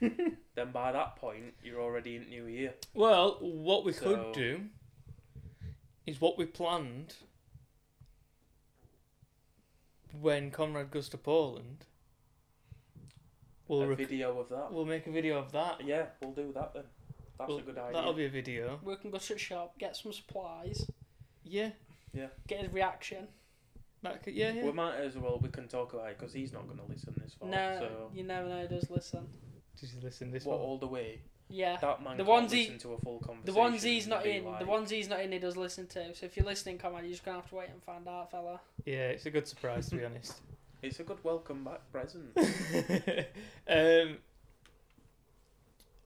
B: then by that point, you're already in New Year.
D: well, what we
B: So-
D: could do is what we planned when Conrad goes to Poland. We'll
B: a
D: rec-
B: video of that.
D: we'll make a video of that.
B: Yeah, we'll do that then. That's
D: Well,
B: a good idea.
D: That'll be a video.
A: We can go to the shop, get some supplies,
D: Yeah,
A: get his reaction.
D: that could, yeah, yeah.
B: We might as well. We can talk about it because he's not going to listen this far.
A: no,
B: so
A: you never know. He does listen.
D: Did you listen this
B: what
D: one?
B: all the way?
A: Yeah.
B: That man.
A: The
B: can't
A: ones he-
B: listen to a full conversation.
A: The ones he's
B: and
A: not
B: be
A: in,
B: like,
A: the ones he's not in, he does listen to. So if you're listening, come on, you're just gonna have to wait and find out, fella.
D: Yeah, it's a good surprise to be honest.
B: It's a good welcome back present.
D: um,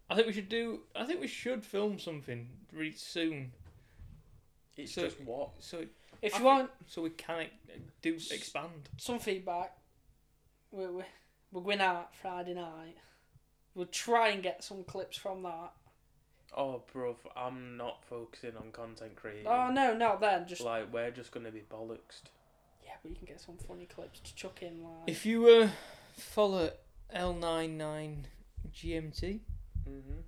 D: I think we should do. I think we should film something really soon,
B: It's
D: So-
B: just what
D: so
A: If
D: I
A: you
D: think-
A: want
D: so we can ex- do expand.
A: some feedback, we we we're going out Friday night. We'll try and get some clips from that.
B: Oh, bruv, I'm not focusing on content creation.
A: Oh no, not then. Just
B: Like we're just going to be bollocksed.
A: yeah, but you can get some funny clips to chuck in. Like
D: If you uh, follow L99 GMT,
B: Mhm.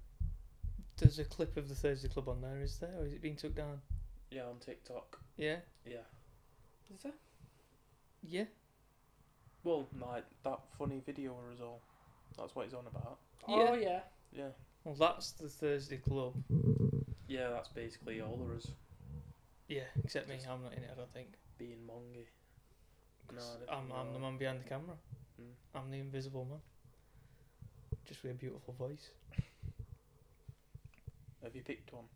D: there's a clip of the Thursday Club on there. Is there? Or is it being took down?
B: Yeah, on TikTok.
D: Yeah,
B: Yeah.
A: Is there?
D: yeah.
B: Well, like that funny video was all. That's what he's on about.
A: oh
D: Yeah.
A: yeah,
B: Yeah.
D: Well, that's the Thursday Club.
B: Yeah, that's basically all there is.
D: Yeah, except me. I'm not in it. I don't think.
B: Being mongy. No,
D: 'Cause
B: I don't
D: I'm,
B: think
D: I'm
B: you
D: the
B: are.
D: man behind the camera.
B: Mm.
D: I'm the invisible man. Just with a beautiful voice.
B: Have you picked one?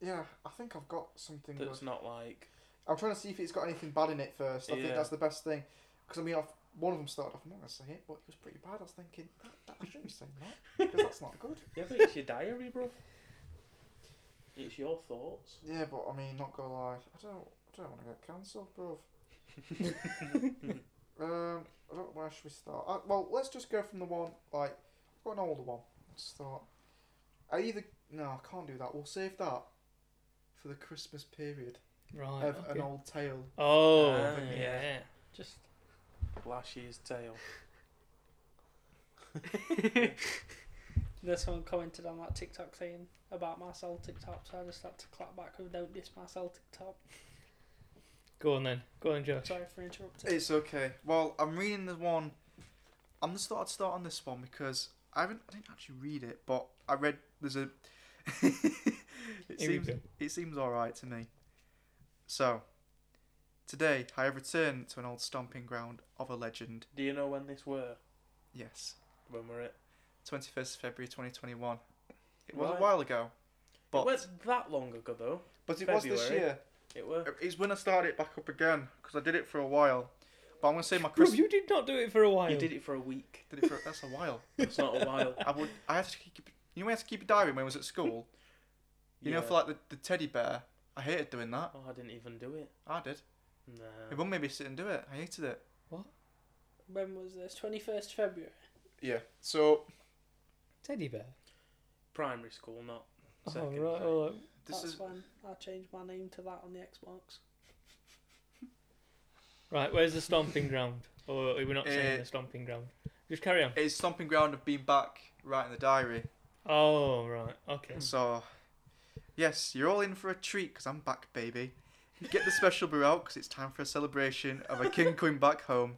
E: yeah, I think I've got something good.
B: That's not like
E: I'm trying to see if it's got anything bad in it first. I
B: Yeah.
E: think that's the best thing. Because, I mean, I've, one of them started off, I'm not going to say it, but it was pretty bad. I was thinking, that, that, I shouldn't be saying that. Because that's not good.
B: Yeah, but it's your diary, bro. It's your thoughts.
E: Yeah, but, I mean, not going to lie, I don't, I don't want to get cancelled, bruv. um, I don't, where should we start? Uh well, let's just go from the one, like, I've got an older one. Let's start. I either, no, I can't do that. We'll save that for the Christmas period
D: Right.
E: of
D: okay.
E: an old tale.
D: Oh,
B: Ah,
D: yeah.
B: yeah.
A: just
B: Last year's tale.
A: there's someone commented on that TikTok thing about my Celtic top, so I just had to clap back with don't diss my Celtic top.
D: Go on then. Go on, Josh.
A: Sorry for interrupting.
E: It's okay. Well, I'm reading the one. I'm just thought I'd start on this one because I haven't. I didn't actually read it, but I read. There's a. it
D: Here we
E: seems.
D: go.
E: It seems all right to me. So, today I have returned to an old stomping ground of a legend.
B: Do you know when this were?
E: Yes,
B: When were it?
E: 21st February 2021. It was
B: Right.
E: a while ago,
B: it
E: but
B: wasn't that long ago though.
E: but it was this
B: February.
E: year. Uh,
B: It were.
E: It's when I started it back up again because I did it for a while. But I'm gonna say my
D: Bro,
E: Christmas.
D: you did not do it for a while.
B: You did it for a week.
E: Did it for that's a while.
B: It's not a while.
E: I would. I had to keep. You know, I had to keep a diary when I was at school. You know,
B: Yeah.
E: for like the, the teddy bear. I hated doing that.
B: Oh, I didn't even do it.
E: I did. My
B: Nah.
E: mum made me sit and do it. I hated it.
A: When was this? Twenty first February.
E: Yeah. So
D: Teddy bear.
B: Primary school, not
D: Oh,
B: secondary.
D: right. all right.
E: this
A: That's
E: is
A: when I changed my name to that on the Xbox.
D: Right, where's the stomping ground? Or we're not saying
E: Uh,
D: the stomping ground. Just carry on.
E: it's stomping ground of being back right in the diary.
D: Oh, right. Okay.
E: So yes, you're all in for a treat because I'm back, baby. Get the special brew out because it's time for a celebration of a king coming back home.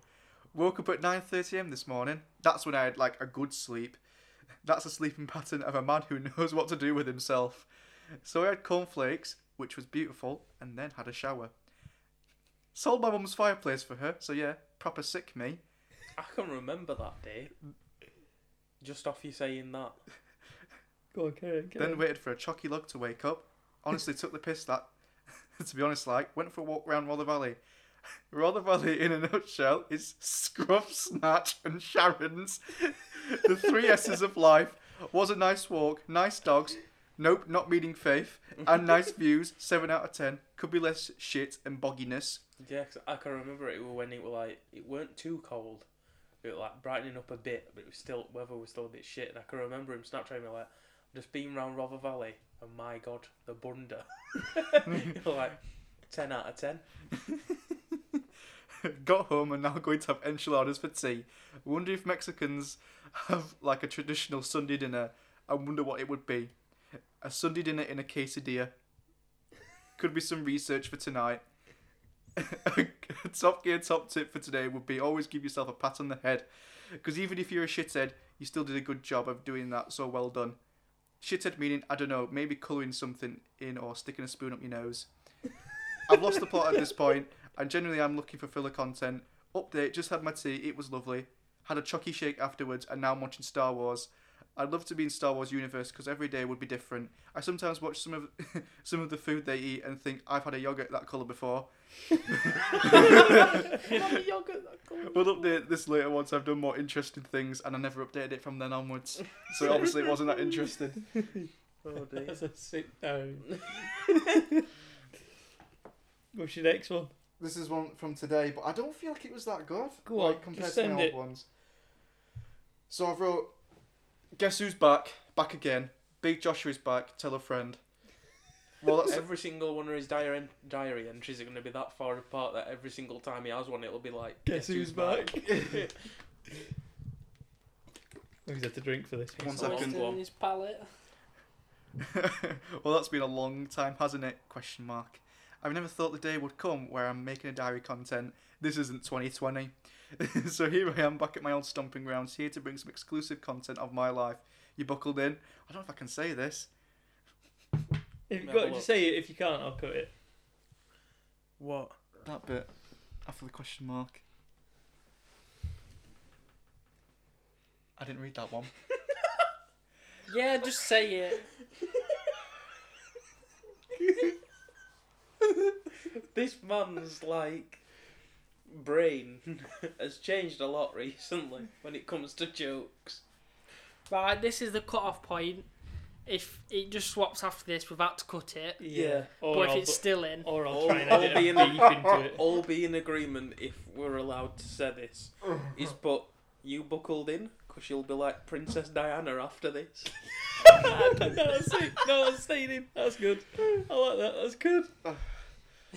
E: Woke up at 9.30am this morning. That's when I had like a good sleep. That's a sleeping pattern of a man who knows what to do with himself. So I had cornflakes, which was beautiful, and then had a shower. Sold my mum's fireplace for her, so yeah, proper sick me.
B: I can remember that day. Just off you saying that.
D: Go on, carry on. Carry
E: Then
D: on.
E: waited for a chalky log to wake up. Honestly, took the piss that, to be honest, like, went for a walk round Rother Valley. Rother Valley, in a nutshell, is Scruff, Snatch, and Sharon's. The three S's of life. Was a nice walk, nice dogs, nope, not meeting faith, and nice views, 7 out of 10. Could be less shit and bogginess.
B: Yeah, 'cause I can remember it was when it was like it weren't too cold. It was like brightening up a bit, but it was still weather was still a bit shit. And I can remember him Snapchatting me like, "I've just been round Rother Valley, and my god, the bunda." It was like ten out of ten.
E: Got home and now going to have enchiladas for tea. Wonder if Mexicans have like a traditional Sunday dinner. I wonder what it would be. A Sunday dinner in a quesadilla. Could be some research for tonight. top gear top tip for today would be always give yourself a pat on the head. Because even if you're a shithead, you still did a good job of doing that, so well done. Shithead meaning, I don't know, maybe colouring something in or sticking a spoon up your nose. I've lost the plot at this point, and generally I'm looking for filler content. Update, just had my tea, it was lovely. Had a chalky shake afterwards, and now I'm watching Star Wars. I'd love to be in Star Wars universe because every day would be different. I sometimes watch some of some of the food they eat and think I've had a yogurt that color before. We'll update this later once I've done more interesting things, and I never updated it from then onwards. So obviously it wasn't that interesting.
B: Oh dear.
D: That's a sit down. What's your next one?
C: This is one from today, but I don't feel like it was that good.
D: Go
C: like,
D: on,
C: compared
D: just
C: to my
D: send
C: old
D: it.
C: ones. So I've wrote
E: Guess who's back? Back again. Big Joshua's back. Tell a friend. Well, that's
B: Every single one of his diary en- diary entries are going to be that far apart that every single time he has one, it'll be like,
D: Guess who's back? He's had to drink for this.
E: One
A: It's
E: second.
A: always
B: Go on.
A: in his palate.
E: well, that's been a long time, hasn't it? Question mark. I've never thought the day would come where I'm making a diary content. This isn't 2020. so here I am back at my old stomping grounds, here to bring some exclusive content of my life. You buckled in? I don't know if I can say this.
D: If you
B: Have a
D: got to
B: look.
D: say it, if you can't, I'll cut it.
B: What?
E: That bit after the question mark. I didn't read that one.
A: Yeah, just say it.
B: This man's like brain has changed a lot recently when it comes to jokes.
A: Right, this is the cut-off point. If it just swaps after this, we've had to cut it.
B: Yeah.
D: Or
A: but if
D: I'll,
A: it's still in,
D: or I'll
E: Oh.
B: Or-
D: try and
B: or
D: edit
B: be in-
D: a beep into it.
B: All be in agreement if we're allowed to say this. Is but you buckled in because you'll be like Princess Diana after this.
D: no, that's it. No, that's staying in. That's good. I like that. That's good.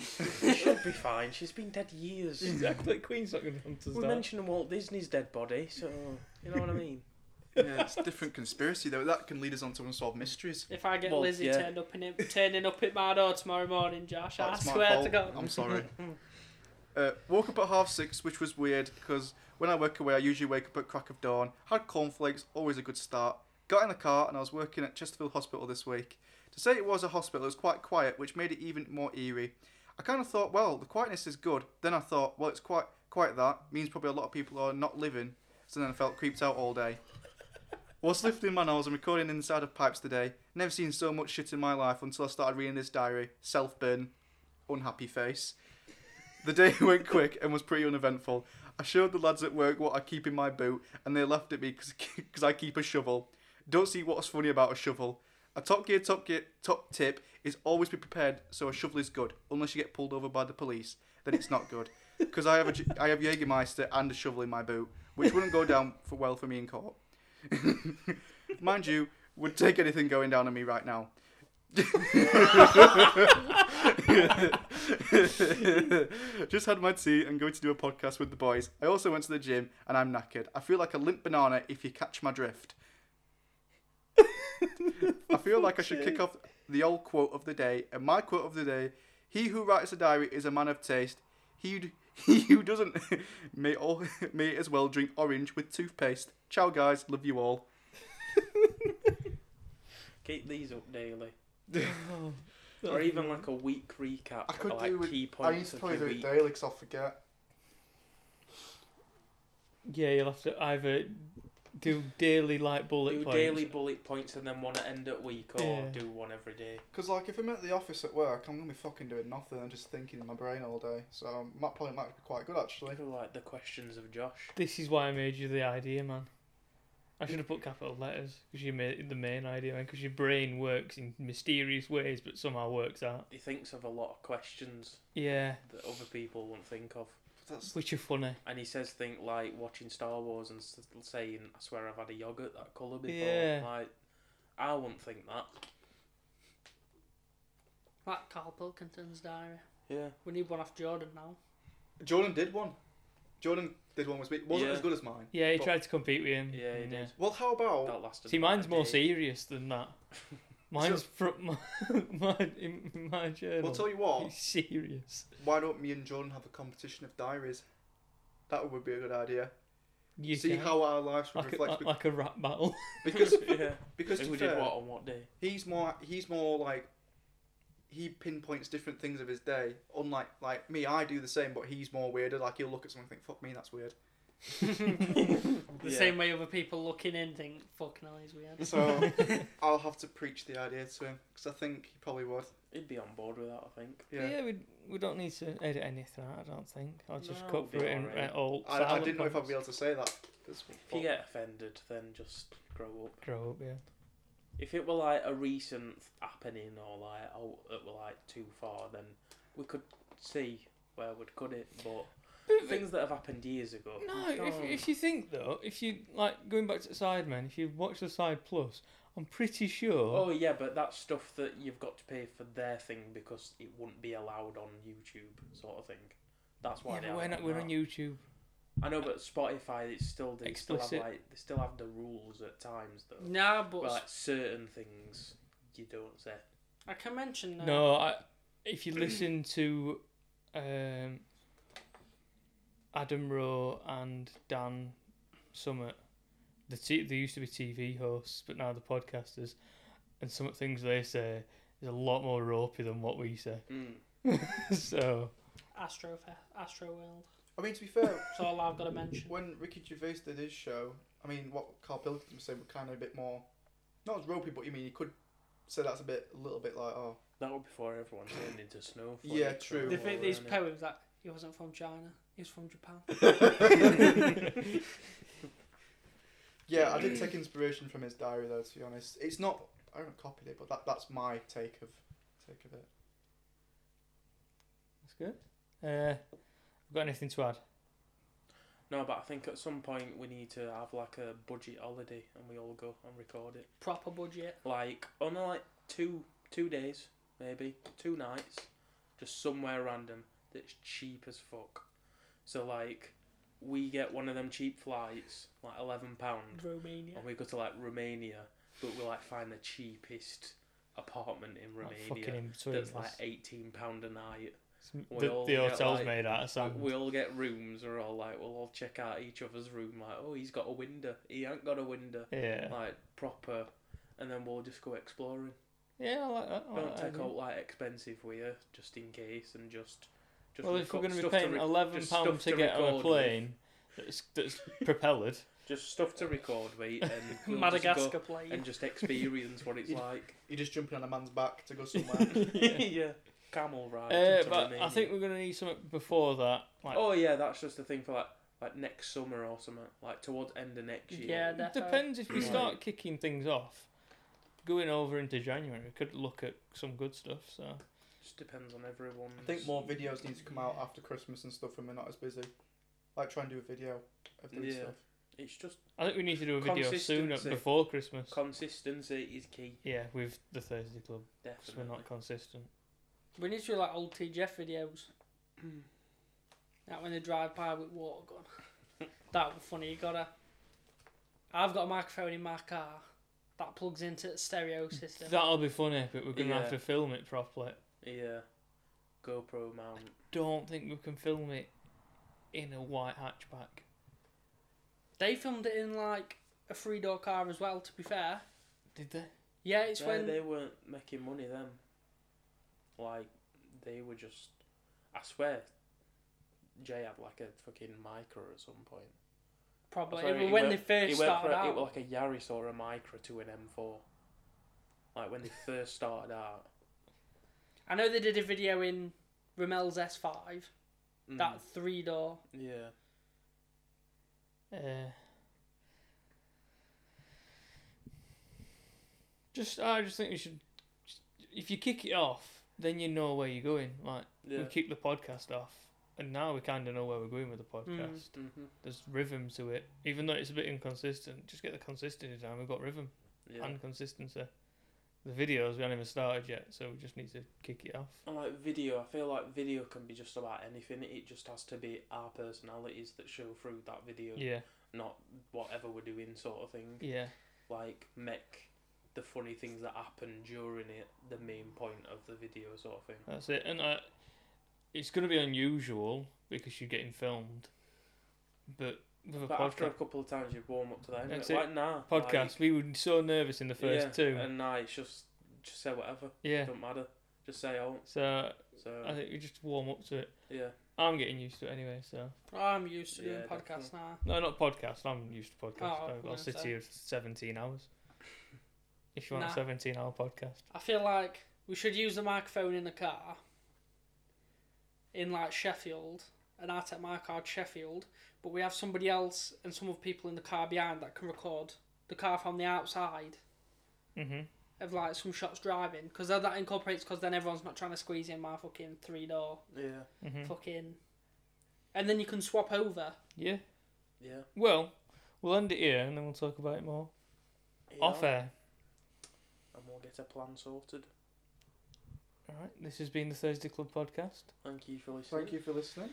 B: She'll be fine. She's been dead years.
D: Exactly. Queen's not going to hunt us
B: We're
D: down.
B: mentioning Walt Disney's dead body, so you know what I mean.
E: yeah, it's a different conspiracy though. That can lead us on to unsolved mysteries.
A: if I get
B: Well,
A: Lizzie
B: yeah.
A: turned up in it, turning up at my door tomorrow morning, Josh,
E: That's
A: I
E: my
A: swear
E: fault.
A: to God.
E: I'm sorry. uh, woke up at half six, which was weird because when I work away, I usually wake up at crack of dawn. Had cornflakes, always a good start. Got in the car and I was working at Chesterfield Hospital this week. To say it was a hospital, it was quite quiet, which made it even more eerie. I kind of thought, well, the quietness is good. Then I thought, well, it's quite quite that means probably a lot of people are not living. So then I felt creeped out all day. Was lifting my nose and recording inside of pipes today. Never seen so much shit in my life until I started reading this diary. Self burn, unhappy face. The day went quick and was pretty uneventful. I showed the lads at work what I keep in my boot, and they laughed at me because I keep a shovel. Don't see what's funny about a shovel. A top gear, top gear, top tip is always be prepared so a shovel is good, unless you get pulled over by the police, then it's not good. Because I have a, j- I have Jägermeister and a shovel in my boot, which wouldn't go down for well for me in court. Mind you, would take anything going down on me right now. Just had my tea and going to do a podcast with the boys. I also went to the gym and I'm knackered. I feel like a limp banana if you catch my drift. I feel like I should kick off the old quote of the day. And my quote of the day He who writes a diary is a man of taste. He, d- he who doesn't may, all, may as well drink orange with toothpaste. Ciao, guys. Love you all.
B: Keep these up daily,
D: Oh, that
B: or
D: was
B: even
D: good.
B: like a week recap.
C: I could
B: or, like
C: do with-
B: key
C: I need
B: points
C: to
B: of
C: probably
B: the
C: do it
B: week.
C: daily because I'll forget.
D: Yeah, you'll have to either do daily like bullet
B: do
D: points.
B: daily bullet points and then one at end of week, or
D: Yeah.
B: do one every day.
E: Because, like, if I'm at the office at work, I'm going to be fucking doing nothing and just thinking in my brain all day. So, my probably might be quite good, actually.
B: Like, like the questions of Josh.
D: This is why I made you the idea, man. I should have put capital letters because you made it the main idea, man. Because your brain works in mysterious ways, but somehow works out.
B: He thinks of a lot of questions
D: Yeah,
B: that other people wouldn't think of.
E: That's
D: which are funny.
B: And he says things like watching Star Wars and s- saying, I swear I've had a yogurt that colour before.
D: Yeah.
B: Like, I wouldn't think that.
A: Like Carl Pilkington's diary.
B: Yeah.
A: We need one off Jordan now.
E: Jordan did one. Jordan did one. Was it wasn't
B: Yeah.
E: as good as mine.
D: Yeah, he
E: But-
D: tried to compete with him.
B: Yeah, he
D: and,
B: did.
E: Well, how about
B: That lasted
D: See, mine's
B: a
D: more
B: day.
D: serious than that. Mine's from my my, in my journal.
E: Well, tell you what.
D: It's serious.
E: Why don't me and Jordan have a competition of diaries? That would be a good idea.
D: You
E: See
D: can.
E: how our lives would
D: like a,
E: reflect
D: like, like a rap battle.
E: because
B: yeah.
E: because
B: Who
E: to be
B: did
E: fair,
B: what on what day?
E: he's more he's more like he pinpoints different things of his day. Unlike like me, I do the same, but he's more weirder. Like he'll look at something, and think, "Fuck me, that's weird."
A: The
B: Yeah.
A: same way other people looking in think, fucking hell, he's weird.
E: So I'll have to preach the idea to him because I think he probably would.
B: He'd be on board with that, I think.
E: Yeah.
D: yeah, we we don't need to edit anything out. I don't think. I'll just
B: No, it'll
D: cut
B: be
D: through it and
B: alright.
D: uh, all.
E: I, I
D: silent
E: didn't know if I'd
D: points.
E: be able to say that. 'cause-
B: If you get offended, then just grow up.
D: grow up. Yeah.
B: If it were like a recent happening or like oh it were like too far, then we could see where we'd cut it. But things that have happened years ago.
D: No,
E: Oh
B: we
D: if,
B: can't.
D: if you think though, if you like going back to the side men, if you watch the side plus, I'm pretty sure.
B: Oh yeah, but that's stuff that you've got to pay for their thing because it wouldn't be allowed on YouTube, sort of thing. That's why
D: yeah,
B: they
D: but we're
B: haven't
D: not. We're
B: done
D: on
B: that.
D: YouTube.
B: I know, but Spotify it's still they still
D: Explicit.
B: have like they still have the rules at times though.
A: Nah, but
B: But like certain things you don't say.
A: I can mention uh, that.
D: No, I, if you listen to um, Adam Rowe and Dan Summit, the t- they used to be TV hosts, but now they're podcasters, and some of the things they say is a lot more ropey than what we say.
B: Mm.
D: so
A: Astro, Astro World.
E: I mean, to be fair,
A: That's all I've got to mention.
E: when Ricky Gervais did his show, I mean, what Carl Pilkington was saying was kind of a bit more, not as ropey, but you mean you could say that's a bit, a little bit like, oh,
B: That was before everyone turned into snow.
E: Yeah, true.
A: The
E: They
A: thing,
E: think
A: these poems that he wasn't from China, he was from Japan.
E: yeah. I did take inspiration from his diary, though. To be honest, it's not. I haven't copied it, but that that's my take of take of it.
D: that's good. Uh, got anything to add?
B: No, but I think at some point we need to have like a budget holiday and we all go and record it.
A: Proper budget.
B: Like on like two two days, maybe two nights, just somewhere random that's cheap as fuck. So like, we get one of them cheap flights, like eleven pound,
A: Romania.
B: and we go to like Romania, but we like find the cheapest apartment in
D: Like,
B: Romania
D: fucking in between.
B: that's
D: us.
B: like eighteen pound a night.
D: Some-
B: we
D: the,
B: all
D: the
B: get,
D: hotel's
B: like-
D: made out of sand.
B: We all get rooms. We're all like, we'll all check out each other's room. Like, oh, he's got a window. He ain't got a window.
D: yeah.
B: Like proper, and then we'll just go exploring.
D: yeah, I like that. Oh, I like
B: Don't
D: that
B: take
D: idea.
B: out like expensive wear just in case, and just. just
D: well, if we're
B: reco-
D: going to be
B: stuff
D: paying
B: re-
D: eleven
B: just
D: pounds
B: stuff
D: to get on
B: record
D: a
B: with.
D: plane that's that's propellered,
B: just stuff to record with, and we'll just
A: Madagascar
B: go
A: play.
B: and just experience what it's
E: You-
B: like.
E: You're just jumping on a man's back to go somewhere.
B: yeah. camel ride.
D: uh,
B: to
D: but I
B: Romania.
D: think we're going to need something before that. Like,
B: Oh yeah, that's just the thing for like like next summer or something, like towards end of next year.
A: Yeah,
D: it
A: definitely.
D: depends if we
B: Right.
D: start kicking things off. Going over into January, we could look at some good stuff. So
B: Just depends on everyone.
E: I think more videos need to come out after Christmas and stuff when we're not as busy. Like try and do a video of doing
B: Yeah.
E: stuff.
B: It's just
D: I think we need to do a video soon
B: Consistency.
D: before Christmas.
B: consistency is key.
D: yeah, with the Thursday Club, because
B: Definitely.
D: we're not consistent.
A: We need to do like old TGF videos.
B: Hmm.
A: like when they drive by with water gun. that was funny. You gotta. I've got a microphone in my car that plugs into the stereo system.
D: That'll be funny, but we're going to
B: Yeah.
D: have to film it properly.
B: Yeah. GoPro mount.
D: Don't think we can film it in a white hatchback.
A: They filmed it in like a three door car as well. To be fair,
D: Did they?
A: yeah, it's
B: yeah,
A: when
B: they weren't making money then. Like they were just I swear Jay had like a fucking micro at some point.
A: probably.
B: Sorry,
A: It was
B: he
A: when
B: went-
A: they
B: He
A: first
B: went for
A: started
B: a, it
A: out.
B: was like a Yaris or a Micra to an M4. Like when they first started out.
A: I know they did a video in Ramel's S5,
B: Mm,
A: that three door.
B: yeah.
D: Uh, just, I just think you should. If you kick it off, then you know where you're going. Like
B: Yeah.
D: we kicked the podcast off, and now we kind of know where we're going with the podcast.
B: hmm
D: There's rhythm to it, even though it's a bit inconsistent. Just get the consistency down. We've got rhythm
B: Yeah.
D: and consistency. The videos we haven't even started yet, so we just need to kick it off.
B: And like video, I feel like video can be just about anything. It just has to be our personalities that show through that video,
D: Yeah,
B: not whatever we're doing, sort of thing.
D: yeah,
B: Like make the funny things that happen during it the main point of the video, sort of thing.
D: that's it. And I, it's going to be unusual because you're getting filmed, but with a
B: But after a
D: podcast,
B: couple of times, you warm up to that.
D: That's
B: innit? Like nah,
D: podcast
B: like,
D: we were so nervous in the first
B: yeah,
D: two.
B: and nah, it's just just say whatever.
D: yeah,
B: Don't matter. Just say oh.
D: so
B: So
D: I think we just warm up to it.
B: yeah,
D: I'm getting used to it anyway, so.
A: I'm used to doing
B: Yeah,
A: podcasts now.
D: No, not podcast. I'm used to podcasts.
A: Oh, I was
D: I've got
A: gonna
D: a city
A: say.
D: of 17 hours. If you want
A: Nah.
D: a 17 hour podcast.
A: I feel like we should use the microphone in the car. In like Sheffield, and I take my car to Sheffield, but we have somebody else and some of the people in the car behind that can record the car from the outside
D: hmm
A: of like some shots driving because that, that incorporates because then everyone's not trying to squeeze in my fucking three door
B: yeah,
D: hmm
A: fucking, and then you can swap over.
D: Yeah.
B: yeah.
D: Well, we'll end it here and then we'll talk about it more. Off air.
B: and we'll get a plan sorted.
D: Alright, this has been the Thursday Club podcast.
B: Thank you for listening.
C: Thank you for listening.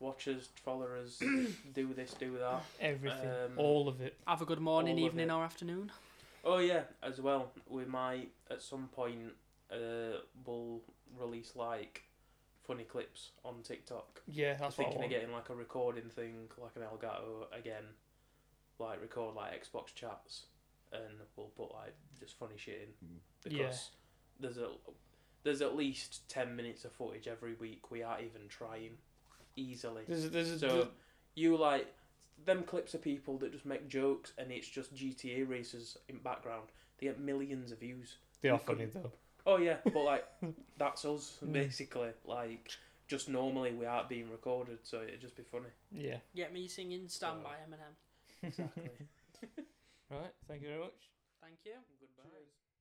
B: Watch us, follow us, do this, do that.
D: Everything.
B: Um,
D: all of it.
A: Have a good morning,
B: All of
A: evening,
B: it.
A: or afternoon.
B: Oh yeah, as well, we might at some point uh we'll release like funny clips on TikTok.
D: Yeah,
B: I
D: that's
B: was
D: what I
B: thinking
D: want.
B: of getting like a recording thing, like an Elgato again, like record like Xbox chats, and we'll put like just funny shit in because
D: Yeah.
B: there's a there's at least ten minutes of footage every week. We aren't even trying easily.
D: There's, there's,
B: So you like them clips of people that just make jokes and it's just GTA races in background. They get millions of views.
D: they
B: you
D: are funny
B: couldn't-
D: though.
B: Oh yeah, but like that's us
D: Mm.
B: basically. Like just normally we aren't being recorded, so it'd just be funny.
D: Yeah.
A: Get me singing "Stand by Eminem."
B: Exactly.
D: Right, thank you very much.
A: Thank you.
B: Goodbye.